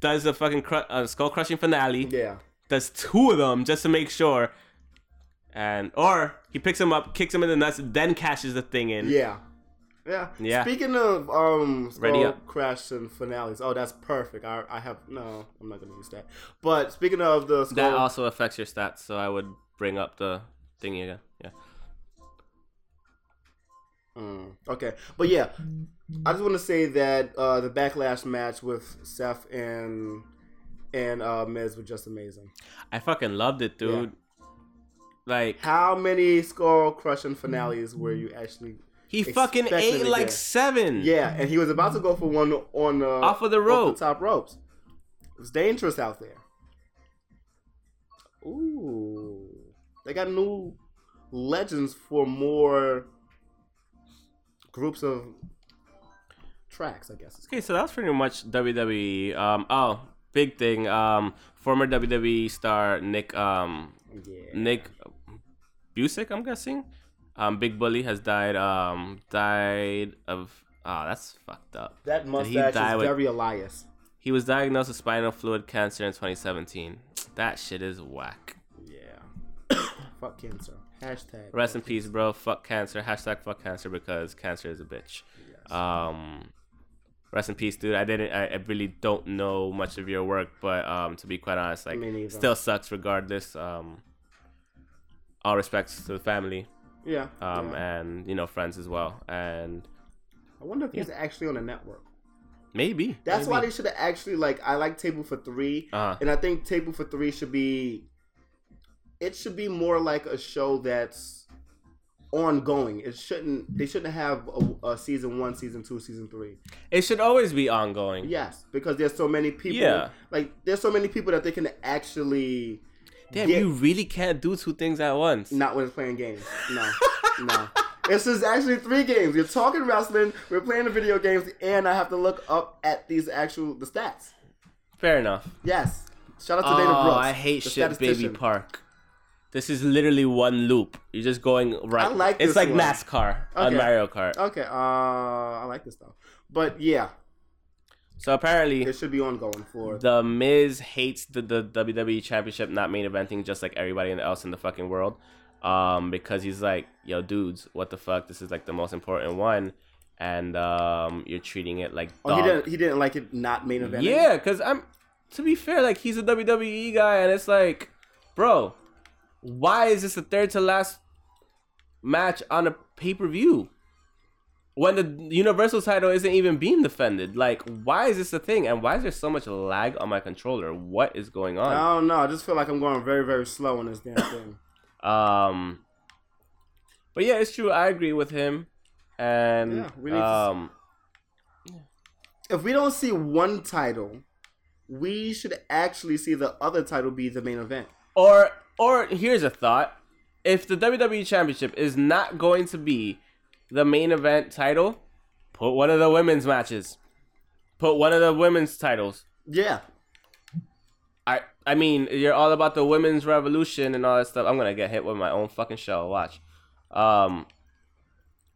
does the fucking cru- uh, skull crushing finale. yeah. Does two of them just to make sure, and or he picks him up, kicks him in the nuts, then cashes the thing in. Yeah. Yeah. Yeah. Speaking of um Ready Skull up. Crash and finales. Oh, that's perfect. I I have no, I'm not gonna use that. But speaking of the Skull That also affects your stats, so I would bring up the thingy again. Yeah. Mm, okay. But yeah. I just wanna say that uh the backlash match with Seth and and uh Miz was just amazing. I fucking loved it, dude. Like How many skull crushing finales were you actually he fucking Expecting ate to like get- seven. Yeah, and he was about to go for one on uh, Off of the rope. top ropes. It was dangerous out there. Ooh, they got new legends for more groups of tracks. I guess it's Okay, so that was pretty much WWE. Um, oh, big thing. Um, former WWE star Nick um called. yeah. Nick Busick, I'm guessing. Um, Big Bully has died. Um, died of. Oh, that's fucked up. that Did he mustache die is with- very Elias. He was diagnosed with spinal fluid cancer in 2017. That shit is whack. Yeah, [COUGHS] fuck cancer. Hashtag. Rest in peace, bro. Fuck cancer. Hashtag fuck cancer because cancer is a bitch. Yes. Um, rest in peace, dude. I didn't. I, I really don't know much of your work, but um, to be quite honest, like, Me neither. still sucks regardless. Um, all respects to the family. yeah. um, yeah. and you know friends as well, and I wonder if he's actually on a network. maybe That's why they should have actually like. I like Table for 3 Uh-huh. and I think Table for Three should be. It should be more like a show that's ongoing. It shouldn't. They shouldn't have a, a season one, season two, season three. it should always be ongoing. Yes, because there's so many people. Yeah. Like there's so many people that they can actually Damn, Yeah. you really can't do two things at once. not when it's playing games. No, [LAUGHS] no. This is actually three games. You're talking wrestling. We're playing the video games, and I have to look up at these actual the stats. Fair enough. Yes. Shout out to Dana Oh, Brooks. I hate the shit, baby statistician. park. This is literally one loop. You're just going right. I like it's this like one. NASCAR on Okay. Oh. Mario Kart. Okay, uh, I like this though. But yeah, So apparently, It should be ongoing for the Miz hates the, the WWE Championship not main eventing just like everybody else in the fucking world, um, because he's like, yo, dudes, what the fuck? This is like the most important one, and um, you're treating it like Oh, he dog didn't. He didn't like it not main event. Yeah, because I'm to be fair, like he's a WWE guy, and it's like, bro, why is this the third to last match on a pay per view when the Universal title isn't even being defended? Like, why is this a thing, and why is there so much lag on my controller? What is going on? I don't know. I just feel like I'm going very, very slow on [COUGHS] this damn thing. Um, but yeah, it's true. I agree with him, and Yeah, we need to- um, if we don't see one title, we should actually see the other title be the main event. Or or here's a thought: if the WWE Championship is not going to be the main event title, put one of the women's matches. Put one of the women's titles. Yeah. I I mean, you're all about the women's revolution and all that stuff. I'm gonna get hit with my own fucking show. Watch. Um,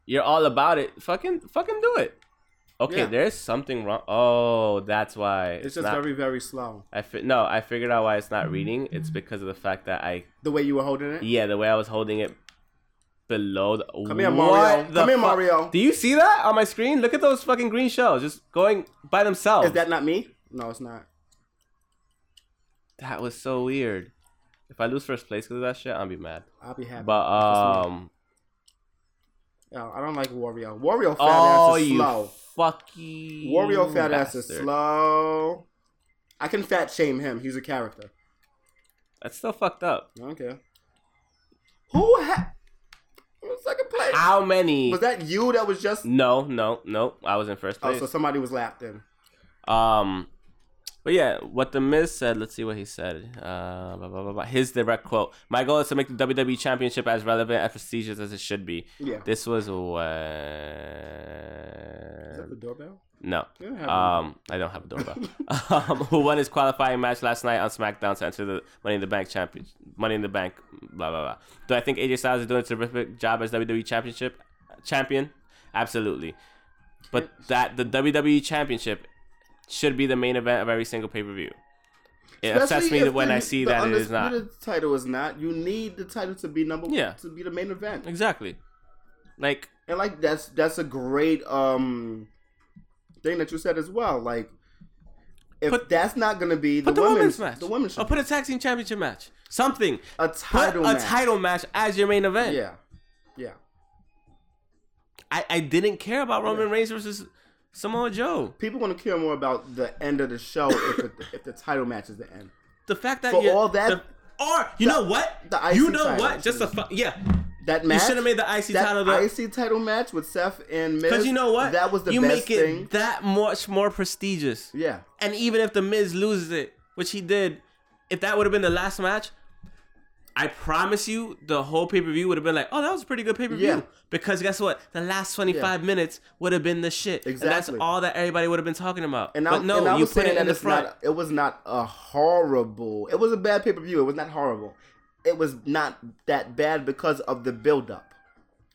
you're all about it. Fucking fucking do it. Okay, Yeah. there's something wrong. Oh, that's why. It's, just not- very, very slow. I fi- no, I figured out why it's not reading. It's because of the fact that I The way you were holding it. yeah, the way I was holding it below the. Come here, What Mario. the Come here, fu- Mario. Do you see that on my screen? Look at those fucking green shells just going by themselves. Is that not me? No, it's not. That was so weird. If I lose first place because of that shit, I'll be mad. I'll be happy. But um, No, I don't like Wario. Wario fat oh ass is you slow. fucking Wario fat ass is bastard. slow. I can fat shame him. He's a character. That's still fucked up. I don't care. Who ha- Who's second place? How many? Was that you that was just? No, no, no. I was in first Oh, place. so somebody was lapped in. Um, but yeah, what the Miz said. Let's see what he said. Uh, blah, blah, blah, blah. his direct quote: "My goal is to make the WWE Championship as relevant and prestigious as it should be." Yeah. This was Is that when the doorbell? no. You don't have Um, I don't have [LAUGHS] a doorbell. um, [LAUGHS] who won his qualifying match last night on SmackDown to enter the Money in the Bank champion, Money in the Bank, blah blah blah. Do I think AJ Styles is doing a terrific job as WWE Championship champion? Absolutely, but that the WWE Championship should be the main event of every single pay per view. It upsets Especially me if when the- I see the that it is not undisputed title is not. You need the title to be number. Yeah. To be the main event, exactly. Like and like that's that's a great um thing that you said as well. Like if Put- that's not gonna be the, put the women's, match, the women's or put a tag team championship match, something. a title put match. a title match as your main event. Yeah, yeah. I, I didn't care about Roman Reigns versus Samoa Joe. People want to care more about the end of the show if it, if the title match is the end. The fact that For you, all that- the- or you know what, the you IC know title what, just a fu- yeah, That you match. should have made the IC that title though. IC title match with Seth and Miz. Because you know what? That was the you best make it thing. that much more prestigious. yeah. And even if the Miz loses it, which he did, if that would have been the last match, I promise you the whole pay per view would have been like, oh, that was a pretty good pay per view. Yeah. Because guess what? The last 25 minutes would have been the shit. And that's Exactly. all that everybody would have been talking about. And but I, no, and I you was put saying it that in the it's front. not. It was not a horrible. It was a bad pay per view. It was not horrible. It was not that bad because of the build up.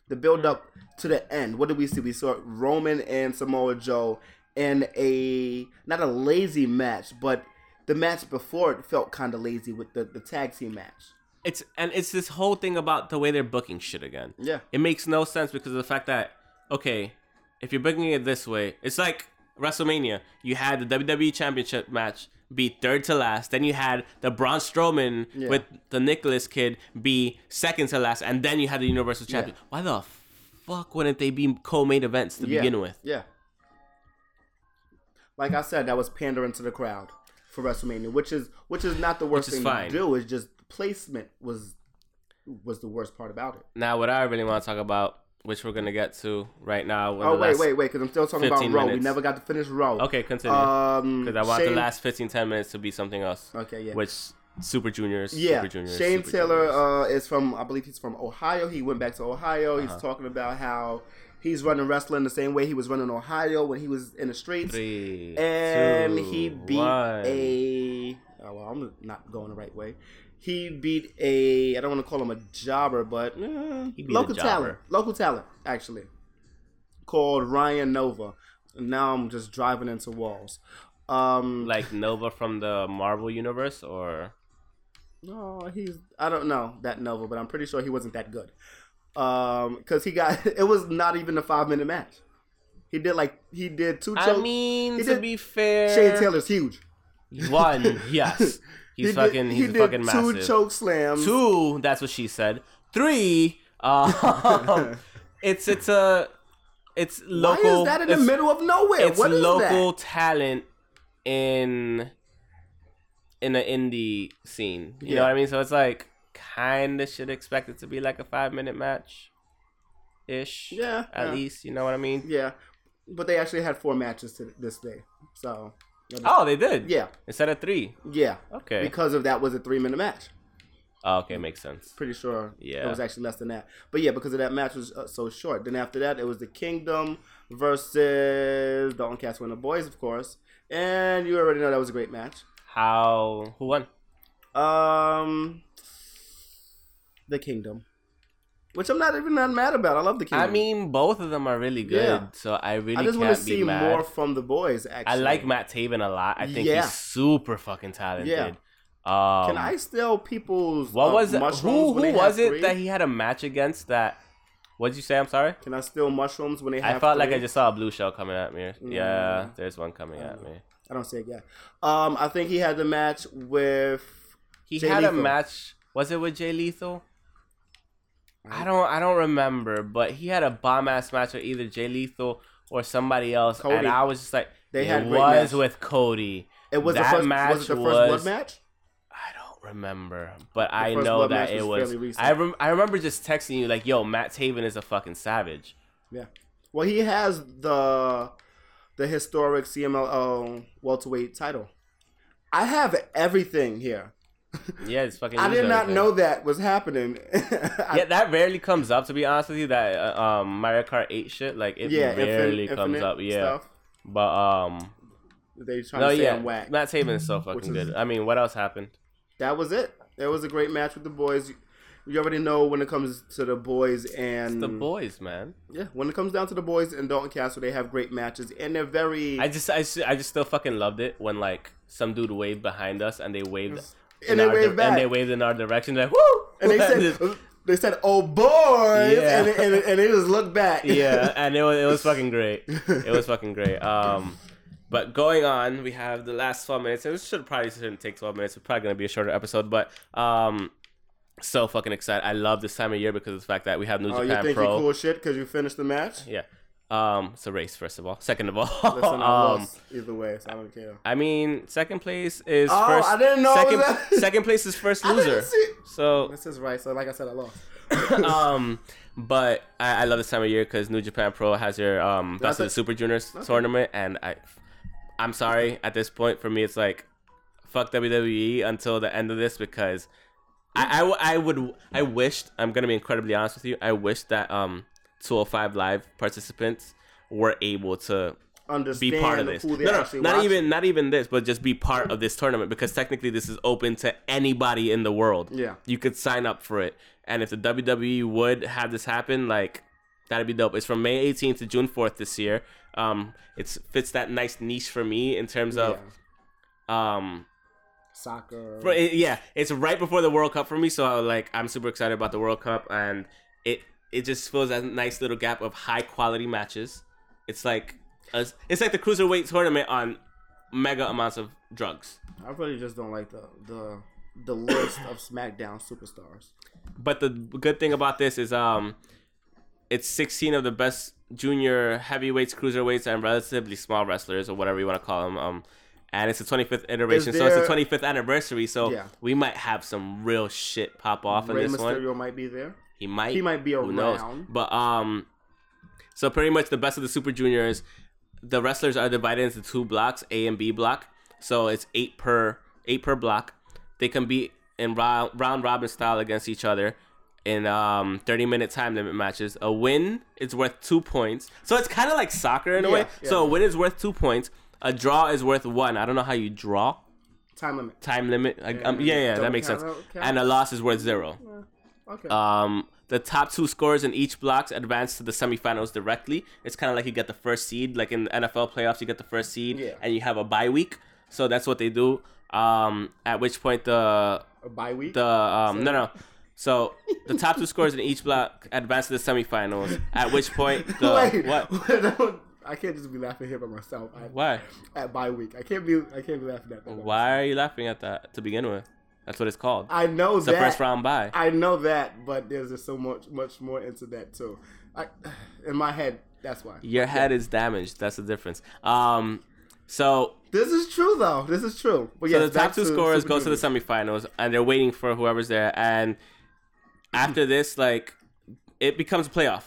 The build up Mm. to the end. What did we see? We saw Roman and Samoa Joe in a not a lazy match, but the match before it felt kind of lazy with the, the tag team match. It's and it's this whole thing about the way they're booking shit again. Yeah. It makes no sense because of the fact that okay, if you're booking it this way, it's like WrestleMania. You had the WWE Championship match be third to last, then you had the Braun Strowman Yeah. with the Nicholas kid be second to last, and then you had the Universal Champion. Why the fuck wouldn't they be co-main events to yeah. begin with? Yeah. Like I said, that was pandering to the crowd for WrestleMania, which is which is not the worst is thing fine. to do. It's just placement was was the worst part about it. Now, what I really want to talk about, which we're gonna get to right now. when Oh the wait, last- wait, wait, because I'm still talking about 15 Row. We minutes. never got to finish Row. Okay, continue. Um, Because I want Shane- the last 15, 10 minutes to be something else. Okay, yeah. Which Super Juniors, Yeah, Super Juniors. Shane Super Taylor Juniors. uh, is from, I believe he's from Ohio. He went back to Ohio. Uh-huh. He's talking about how he's running wrestling the same way he was running Ohio when he was in the streets. Three, and two, he beat one. a. Oh, well, I'm not going the right way. He beat a. I don't want to call him a jobber, but eh, beat a local jobber. talent. Local talent, actually, called Ryan Nova. Now I'm just driving into walls. Um, Like Nova from the Marvel universe, or No, he's I don't know that Nova, but I'm pretty sure he wasn't that good. Um, cause he got [LAUGHS] it was not even a five minute match. He did like he did two. I choke- mean, he to did- be fair, Shane Taylor's huge. [LAUGHS] One, yes, he's he fucking, Did, he's he fucking did massive. two choke slams. Two, that's what she said. [LAUGHS] Three, uh, [LAUGHS] it's it's a it's Why local. is that in the it's- middle of nowhere? It's what is local that? talent in in the indie scene. You know Yeah. what I mean? So it's like kind of should expect it to be like a five minute match, ish. Yeah, at yeah. least you know what I mean. Yeah, but they actually had four matches to this day. So Oh, they did. yeah, instead of three. yeah. Okay. Because of that was a three minute match. oh, okay, makes sense. Pretty sure. Yeah. It was actually less than that. But yeah, because of that match was uh, so short. Then after that, it was the Kingdom versus Dalton Castle and the Boys, of course. And you already know that was a great match. How? Who won? Um, the Kingdom, which I'm not even not mad about. I love the Kingdom. I mean, both of them are really good, Hmm. Yeah. so I really I just want can't to be see mad. more from the Boys. Actually, I like Matt Taven a lot. I think Yeah. he's super fucking talented. Yeah. Um, Can I steal people's What uh, was it? mushrooms Who, when who they was have it three? that he had a match against that? What'd you say? I'm sorry. Can I steal mushrooms when they have I felt like I three? just saw a blue shell coming at me. Yeah, Mm. there's one coming I at don't me. I don't see it yet. Um, I think he had the match with. He Jay had a Lethal. match. Was it with Jay Lethal? I- I don't. I don't remember. But he had a bomb ass match with either Jay Lethal or somebody else, Cody. and I was just like, They it had great match. was with Cody. It was That the first match was it the first was- blood match. I don't remember, but I first know blood match that it was was. fairly recent. I rem- I remember just texting you like, "Yo, Matt Taven is a fucking savage." Yeah. Well, he has the the historic CMLL welterweight title. I have everything here. Yeah, it's fucking. I used did not everything. know that was happening. [LAUGHS] I- yeah, that rarely comes up to be honest with you. That uh, um Mario Kart Eight shit, like it yeah, infin- rarely comes infinite up. Yeah, stuff but um, that They trying no, to say yeah, I'm whack. Matt Taven is so fucking is- good. I mean, what else happened? That was it. That was a great match with the boys. You- You already know when it comes to the boys and The boys, man. Yeah, when it comes down to the boys and Dalton Castle, they have great matches and they're very I just, I, just- I just still fucking loved it when like some dude waved behind us and they waved in and they our di- waved back. and they waved in our direction. They're [LAUGHS] like, woo! and they said, they said, "Oh boys," Yeah. and, and and they just looked back. [LAUGHS] yeah, and it was, it was fucking great. It was fucking great. Um, but going on, we have the last twelve minutes. and It should probably shouldn't take twelve minutes. It's probably gonna be a shorter episode, but um, so fucking excited. I love this time of year because of the fact that we have New [LAUGHS] oh, you Japan think you Pro. cool shit because you finished the match? Yeah. Um, it's a race, first of all. Second of all, [LAUGHS] Listen, I um, lost either way, so I don't care. I mean, second place is Oh, first. I didn't know it Second, was that- second place is [LAUGHS] first I didn't loser. see- So This is right. So, like I said, I lost. [LAUGHS] um, but I, I love this time of year because New Japan Pro has their um best of the it. Super Juniors tournament, and I, I'm sorry at this point for me it's like, fuck WWE until the end of this because, I I, w- I would I wished I'm gonna be incredibly honest with you I wish that um 205 live participants were able to be Understand part of this. No, who they no, actually not watch. even not even this, but just be part of this tournament because technically this is open to anybody in the world. Yeah. you could sign up for it, and if the WWE would have this happen, like that'd be dope. It's from May 18th to June 4th this year. Um, it fits that nice niche for me in terms Yeah. of um. Soccer. For, it, yeah, it's right before the World Cup for me, so I, like I'm super excited about the World Cup, and it it just fills that nice little gap of high quality matches. It's like a, it's like the cruiserweight tournament on mega amounts of drugs, I really just don't like the the the list of SmackDown superstars. but the good thing about this is um, it's 16 of the best junior heavyweights, cruiserweights, and relatively small wrestlers or whatever you want to call them. Um, and it's the 25th iteration, so there- it's the 25th anniversary. So Yeah. we might have some real shit pop off in Rey this one. Mysterio might be there. He might. He might be Who knows? around. But um, so pretty much the best of the Super Juniors, the wrestlers are divided into two blocks, A and B block. So it's eight per eight per block. They compete in round round robin style against each other in um 30 minute time limit matches. A win is worth two points. So it's kind of like soccer in a Yeah, way. yeah. So a win is worth two points. A draw is worth one. I don't know how you draw Time limit. time limit. Like, um, Yeah, yeah, yeah, double that makes sense. count out, count. And a loss is worth zero. Okay. Um, The top two scorers in each blocks advance to the semifinals directly. It's kind of like you get the first seed, like in NFL playoffs, you get the first seed, Yeah. and you have a bye week. So that's what they do. Um, at which point the A bye week. [LAUGHS] the um, no no. So the top two scorers in each block advance to the semifinals. At which [LAUGHS] point the Wait, what? don't- I can't just be laughing here by myself. I, Why? At bye week, I can't be. I can't be laughing at that. Why are you laughing at that to begin with? That's what it's called. I know It's a that. first round bye. I know that, but there's just so much, much more into that too. I, [SIGHS] in my head, that's why. Your head is damaged. That's the difference. Um, so, This is true though. This is true. But so yes, the top back two to scorers Super go to the Junior. semifinals, and they're waiting for whoever's there. And [LAUGHS] after this, like, it becomes a playoff,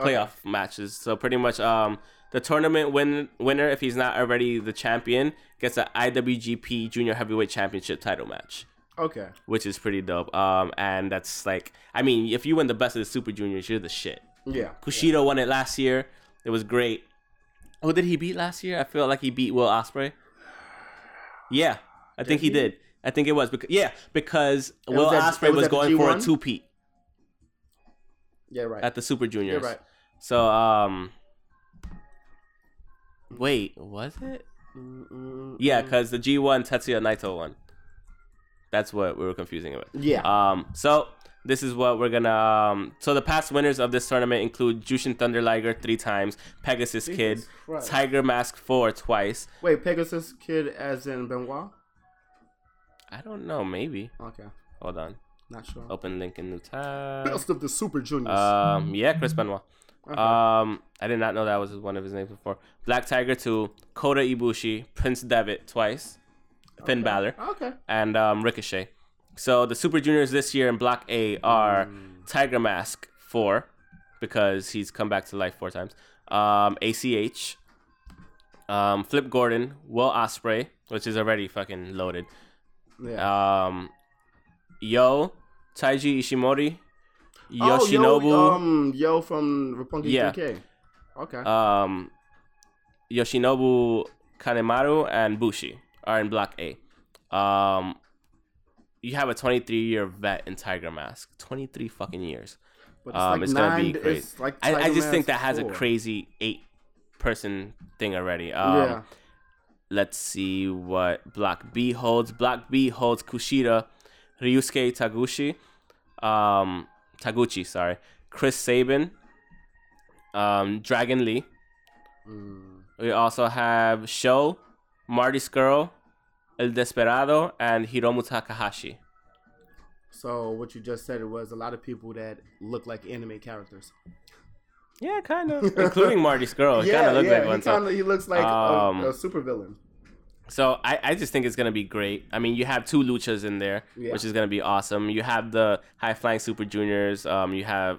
playoff matches. So pretty much, um, the tournament win winner, if he's not already the champion, gets an IWGP Junior Heavyweight Championship title match. Okay. Which is pretty dope. Um, and that's like, I mean, if you win the best of the Super Juniors, you're the shit. Yeah. Kushida won it last year. It was great. Who Oh, did he beat last year? I feel like he beat Will Osprey. Yeah, I think he, he? did. I think it was because yeah, because Will was at- Osprey it was was, at the going for a G1? two peat Yeah. Right. at the Super You're Juniors. right. So um, wait, was it? Mm, Hmm. Yeah, because the G one Tetsuya Naito won. That's what we were confusing it with. Yeah. Um, so this is what we're gonna. Um, so the past winners of this tournament include Jushin Thunder Liger three times, Pegasus Jesus Kid, Christ. Tiger Mask four twice. Wait, Pegasus Kid as in Benoit? I don't know, maybe. Okay. Hold on. Not sure. Open link in new tab. Best of the Super Juniors. Um, yeah, Chris Benoit. Okay. Um, I did not know that was one of his names before. Black Tiger two, Kota Ibushi, Prince Devitt twice, Finn Balor, okay. and um, Ricochet. So the Super Juniors this year in Block A are Mm. Tiger Mask four, because he's come back to life four times. Um, ACH, um, Flip Gordon, Will Osprey, which is already fucking loaded. Yeah. Um, Yo, Taiji Ishimori, Oh, yo, Yoshinobu, um, yo from Roppongi Yeah. 3K. Okay. um, Yoshinobu Kanemaru and Bushi are in Block A. Um, you have a 23 year vet in Tiger Mask. 23 fucking years. but it's um, it's gonna be crazy. It's like I, I Tiger just think that Mask has a four. crazy eight person thing already. Um, yeah. Let's see what Block B holds. Block B holds Kushida, Ryusuke Taguchi, um, Taguchi, sorry, Chris Sabin, um, Dragon Lee. Mm. We also have Sho, Marty Skrull, El Desperado, and Hiromu Takahashi. So what you just said was a lot of people that look like anime characters. Yeah, kind of. Including Marty Skrull. Oh, It kind of looks like he one. so- kinda- he looks like Um, a, a super villain. So I, I just think it's gonna be great. I mean, you have two luchas in there, Yeah. which is gonna be awesome. You have the high flying super juniors. Um, you have,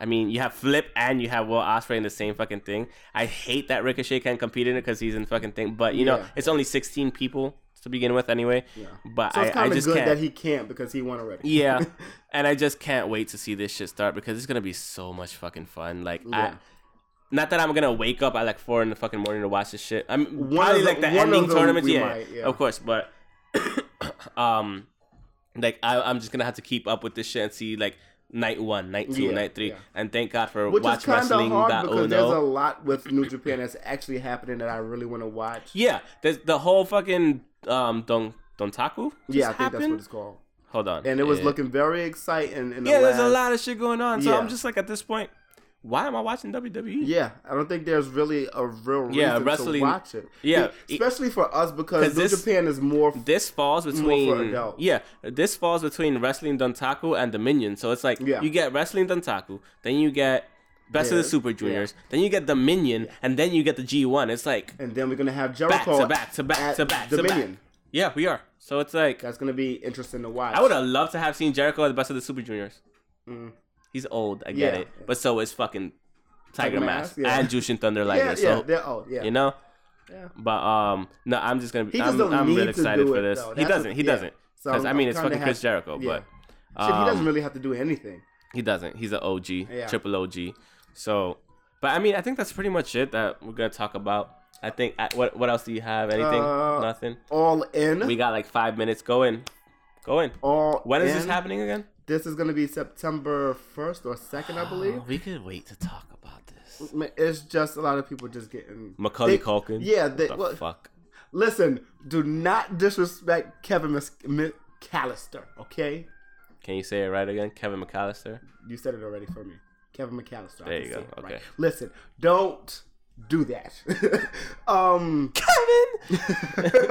I mean, you have Flip and you have Will Osprey in the same fucking thing. I hate that Ricochet can compete in it because he's in fucking thing. But you know, Yeah. it's only sixteen people to begin with anyway. Yeah. But So it's I, I kind of just good can't. E that he can't because he won already. [LAUGHS] Yeah. and I just can't wait to see this shit start because it's gonna be so much fucking fun. Like I Yeah. not that I'm gonna wake up at like four in the fucking morning to watch this shit. I'm One of probably the- like the one of ending them tournament, we yeah, might, yeah. of course. But [COUGHS] um, like I, I'm just gonna have to keep up with this shit and see like night one, night two, Yeah, night three, yeah. and thank God for Which is watch kind of wrestling. hard Dot because there's a Uno. lot with New Japan that's actually happening that I really want to watch. yeah, there's the whole fucking um don dontaku. Just Yeah, I think that's happened? what it's called. Hold on, And it was Yeah. looking very exciting. In the Yeah, there's a last- lot of shit going on. So Yeah. I'm just like at this point, why am I watching E? WWE? Yeah, I don't think there's really a real reason Yeah, wrestling- to watch it. yeah. especially for us 'Cause because New this- Japan is more. f- This falls between adults. yeah, this falls between wrestling Dontaku and Dominion. So it's like Yeah. you get wrestling Dontaku, then you get Best of the Yes, Super yeah. Juniors, then you get Dominion, and then you get the G1. It's like and then we're gonna have back Jericho to back to back at to back to Dominion. back. Yeah, we are. So it's like That's gonna be interesting to watch. I would have loved to have seen Jericho at the Best of the Super Juniors. Mm. He's old, I get Yeah. it, but so is fucking Tiger, Tiger Mask, Mask, yeah. and Jushin Thunder [LAUGHS] Liger. yeah, so yeah, they're old. Yeah, you know. Yeah. But um, no, I'm just gonna. Be, He just I'm, don't I'm need really to excited do for it, this. though. He That's doesn't. what- he yeah. doesn't. So Because I I'm- mean, I'm it's kinda fucking Chris happy- Jericho, yeah. but Shit, he um, doesn't really have to do anything. he doesn't. He's an OG, Yeah. triple OG. So, but I mean, I think that's pretty much it that we're gonna talk about. I think. I, what What else do you have? Anything? Uh, Nothing. All in. We got like five minutes. Go in. Go in. all. When is this in. happening again? This is going to be September 1st or 2nd, I believe. [SIGHS] Oh, we could wait to talk about this. Man, It's just a lot of people just getting Macaulay They- Culkin. Yeah, they, What the well, fuck. listen. Do not disrespect Kevin Mis- McAllister. Okay, Can you say it right again? Kevin McAllister. you said it already for me. Kevin McAllister. I There can you say go, it right. okay. Listen, don't do that. [LAUGHS] [LAUGHS] um, Kevin.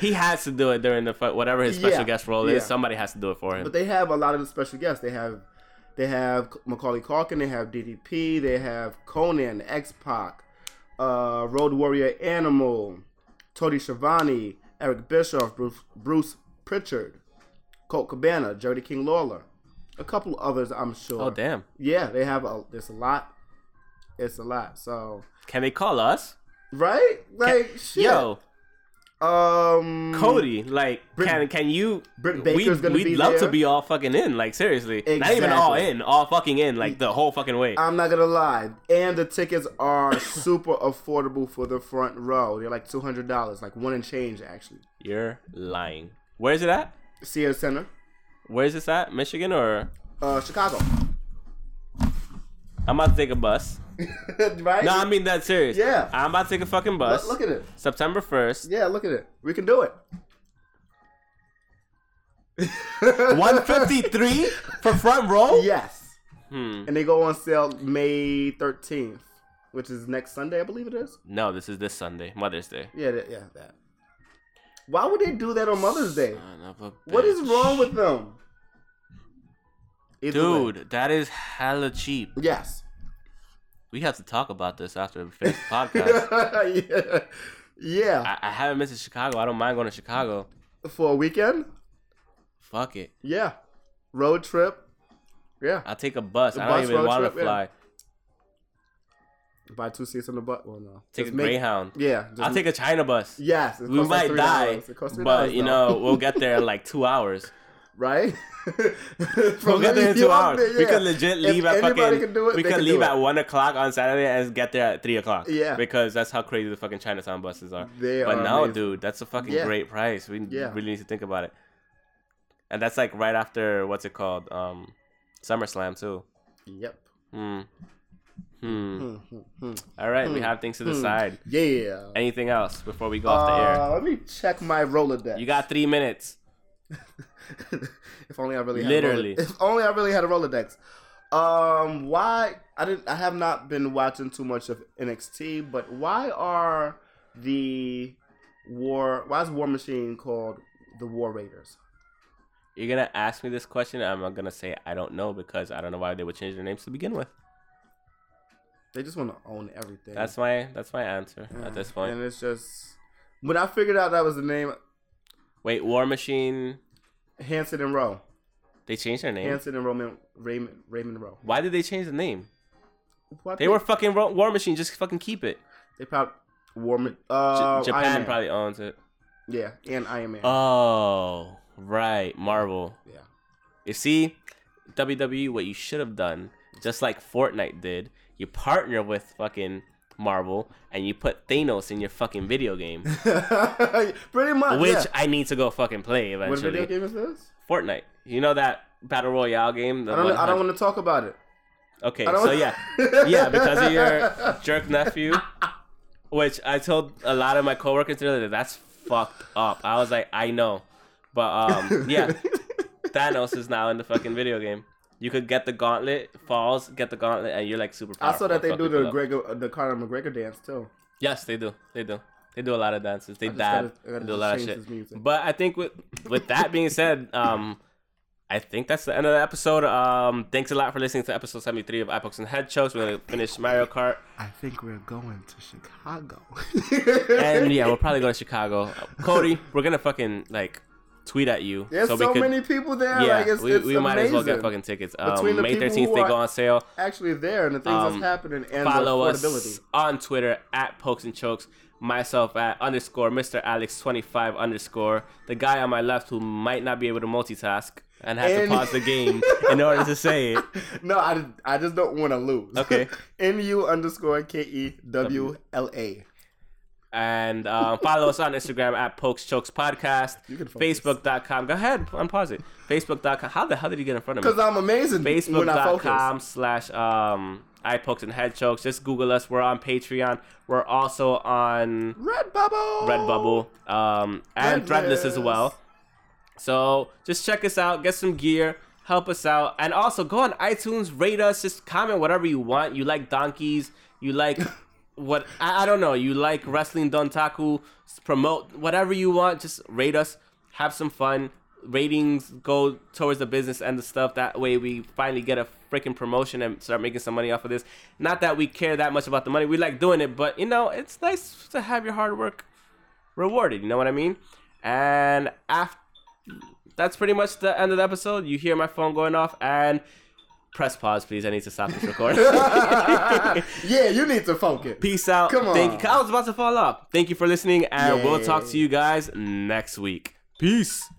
He has to do it during the fight, whatever his special Yeah, guest role yeah. is. Somebody has to do it for him. But they have a lot of the special guests. They have they have Macaulay Culkin, they have DDP, they have Conan, X Pac, uh, Road Warrior Animal, Tony Schiavone, Eric Bischoff, Bruce, Bruce Pritchard, Colt Cabana, Jody King Lawler, a couple others I'm sure. oh damn! Yeah, they have a. It's a lot. It's a lot. So Can they call us? right, like shit. Yo, um, Cody, like, Britt- can can you? Britt we, Baker's gonna we'd be love there. to be all fucking in. Like seriously, not even all Exactly. Mm. Uh, in, all fucking in, like the whole fucking way. I'm not gonna lie, and the tickets [LAUGHS] are super affordable for the front row. They're like two hundred dollars, like one and change actually. You're lying. Where's it at? Sears Center, Where's this at? Michigan or? uh, Chicago, [LAUGHS] I'm about to take a bus. right? No, I mean that's serious. Yeah. I'm about to take a fucking bus. look, look at it. September first. Yeah, look at it. We can do it. [LAUGHS] 153 for front row. Yes, Hmm. and they go on sale May thirteenth, which is next Sunday, I believe it is. No, this is this Sunday, Mother's Day. Yeah, that, yeah, that. Why would they do that on Mother's Day? Son of a What is bitch. wrong with them? Either way. Dude, that is hella cheap. Yes. [LAUGHS] We have to talk about this after we finish the podcast. yeah. Yeah. I, I haven't been to Chicago. I don't mind going to Chicago. for a weekend. Fuck it. Yeah, road trip. Yeah, I'll take a bus. The I don't bus even road want to trip, yeah. fly. buy two seats on the bus. Well, no, Take Just a make- Greyhound. Yeah, just- I'll take a China bus. Yes, it we costs like might die, $3. It costs $3, but you though. know we'll get there in like two hours. [LAUGHS] right? [LAUGHS] We'll From get there in you two up hours. there, We yeah. could legit if leave at anybody fucking. Can do it, we they could can leave do it. at one o'clock on Saturday and get there at three o'clock. Yeah. because that's how crazy the fucking Chinatown buses are. They but are no, amazing. dude, that's a fucking Yeah. great price. We Yeah. really need to think about it. And that's like right after what's it called? Um, SummerSlam too. Yep. Hmm. Hmm. Hmm, hmm, hmm. All right, we have things to decide. Yeah. Anything else before we go off the Uh, let me check my Rolodex. air? You got three minutes. [LAUGHS] if only I really had Literally. A Rolodex. If only I really had a Rolodex. Um, why I didn't I have not been watching too much of NXT, but why are the war why is War Machine called the War Raiders? You're gonna ask me this question, and I'm gonna say I don't know because I don't know why they would change their names to begin with. They just want to own everything. That's my that's my answer at this point. And it's just when I figured out that was the name Wait, War Machine. Hanson and Rowe. They changed their name. Hanson and Roman Raymond Raymond Rowe. Why did they change the name? What They were fucking Ro- War Machine. Just fucking keep it. they probably War Ma- J- uh, Iron Japan Man. probably Uh, owns it. yeah and Iron Man Oh, right, Marvel. yeah You see, WWE, what you should have done, just like Fortnite did, you partner with fucking Marvel and you put Thanos in your fucking video game, Pretty much. [LAUGHS] which yeah. I need to go fucking play what video eventually. game is this? Fortnite. You know that battle royale game? The I don't. I 100 don't want to talk about [LAUGHS] it. Okay, I don't- so yeah, [LAUGHS] yeah, because of your jerk nephew, which I told a lot of my coworkers the other day, that's fucked up. I was like, I know, but [LAUGHS] um, yeah, Thanos is now in the fucking video game. You could get the gauntlet, falls, get the gauntlet, and you're like super. I saw powerful. that they Fuck do people the up. Gregor, the Conor McGregor dance too. Yes, they do. They do. They do a lot of dances. They just dab. gotta- I gotta do a just lot of change shit. this music. But I think with with that being said, um, I think that's the end of the episode. Um, thanks a lot for listening to episode seventy three of Epochs and Head Chokes. We're gonna finish Mario Kart, I think we're going to Chicago. [LAUGHS] and yeah, we'll probably go to Chicago. Cody, we're gonna fucking like tweet at you There's so, we could. many people there. yeah, like, it's, we, it's we might as well get amazing. fucking tickets. Um, Between the May people thirteenth, who they are- go on sale. actually there and the things Um, that's happening and follow the affordability. [LAUGHS] us on Twitter at Pokes and Chokes. Myself at underscore Mr. Alex twenty five underscore. The guy on my left who might not be able to multitask and has And- to pause the game in order to say it. No, I, I just [LAUGHS] don't want to lose. Okay. N U underscore K E W L A. And um, follow us on Instagram at Pokes Chokes Podcast. You can focus. Facebook.com. Go ahead, unpause it. Facebook.com. How the hell did you get in front of me? Because I'm amazing. when I focus. facebook.com slash um eye pokes and head chokes just google us we're on patreon we're also on Red bubble. redbubble um and threadless as Threadless. well so just check us out get some gear help us out and also go on itunes rate us just comment whatever you want you like donkeys you like what I, I don't know you like wrestling dontaku s- promote whatever you want just rate us have some fun ratings go towards the business and the stuff that way we finally get a freaking promotion and start making some money off of this not that we care that much about the money we like doing it but you know it's nice to have your hard work rewarded you know what i mean and after that's pretty much the end of the episode you hear my phone going off and press pause please i need to stop [LAUGHS] this recording yeah, you need to focus. Peace out. Come on. Thank you. I was about to fall off. Thank you for listening, and we'll talk Yay. to you guys next week. Peace.